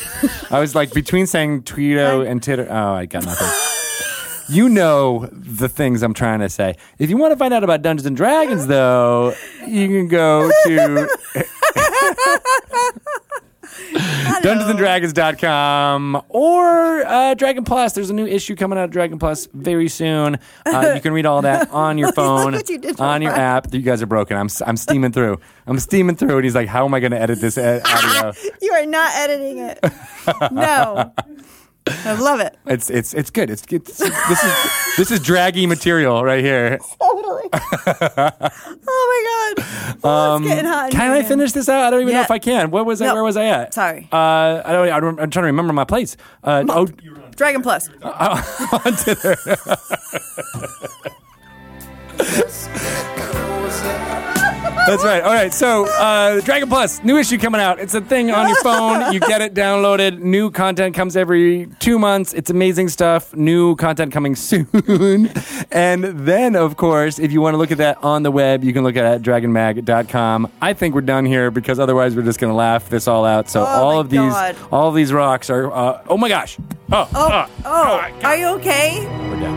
A: I was like between saying Tito and Titter. Oh, I got nothing. You know the things I'm trying to say. If you want to find out about Dungeons and Dragons, though, you can go to DungeonsandDragons.com or uh, Dragon Plus. There's a new issue coming out of Dragon Plus very soon. Uh, you can read all that on your phone,
B: what you did to
A: on your
B: Ryan.
A: app. You guys are broken. I'm, I'm steaming through. I'm steaming through. And he's like, how am I going to edit this uh, audio?
B: You are not editing it. No. I love it.
A: It's, it's, it's good. It's, it's, this, is, this is draggy material right here.
B: Totally. oh my god. Oh, it's getting
A: Um,
B: hot. in
A: Can
B: here
A: I
B: again.
A: finish this out? I don't even know
B: Yeah.
A: if I can. What was I?
B: No.
A: Where was I at?
B: Sorry.
A: Uh, I don't. I don't I'm trying to remember my place. Uh, oh,
B: Dragon Plus.
A: Uh, on Twitter. That's right. All right. So, uh, Dragon Plus, new issue coming out. It's a thing on your phone. You get it downloaded. New content comes every two months. It's amazing stuff. New content coming soon. and then, of course, if you want to look at that on the web, you can look at it at dragonmag.com. I think we're done here because otherwise we're just going to laugh this all out. So,
B: Oh,
A: all
B: my
A: of these,
B: God.
A: all of these rocks are, uh, oh my gosh. Oh, oh,
B: Oh, are you okay?
A: we're done.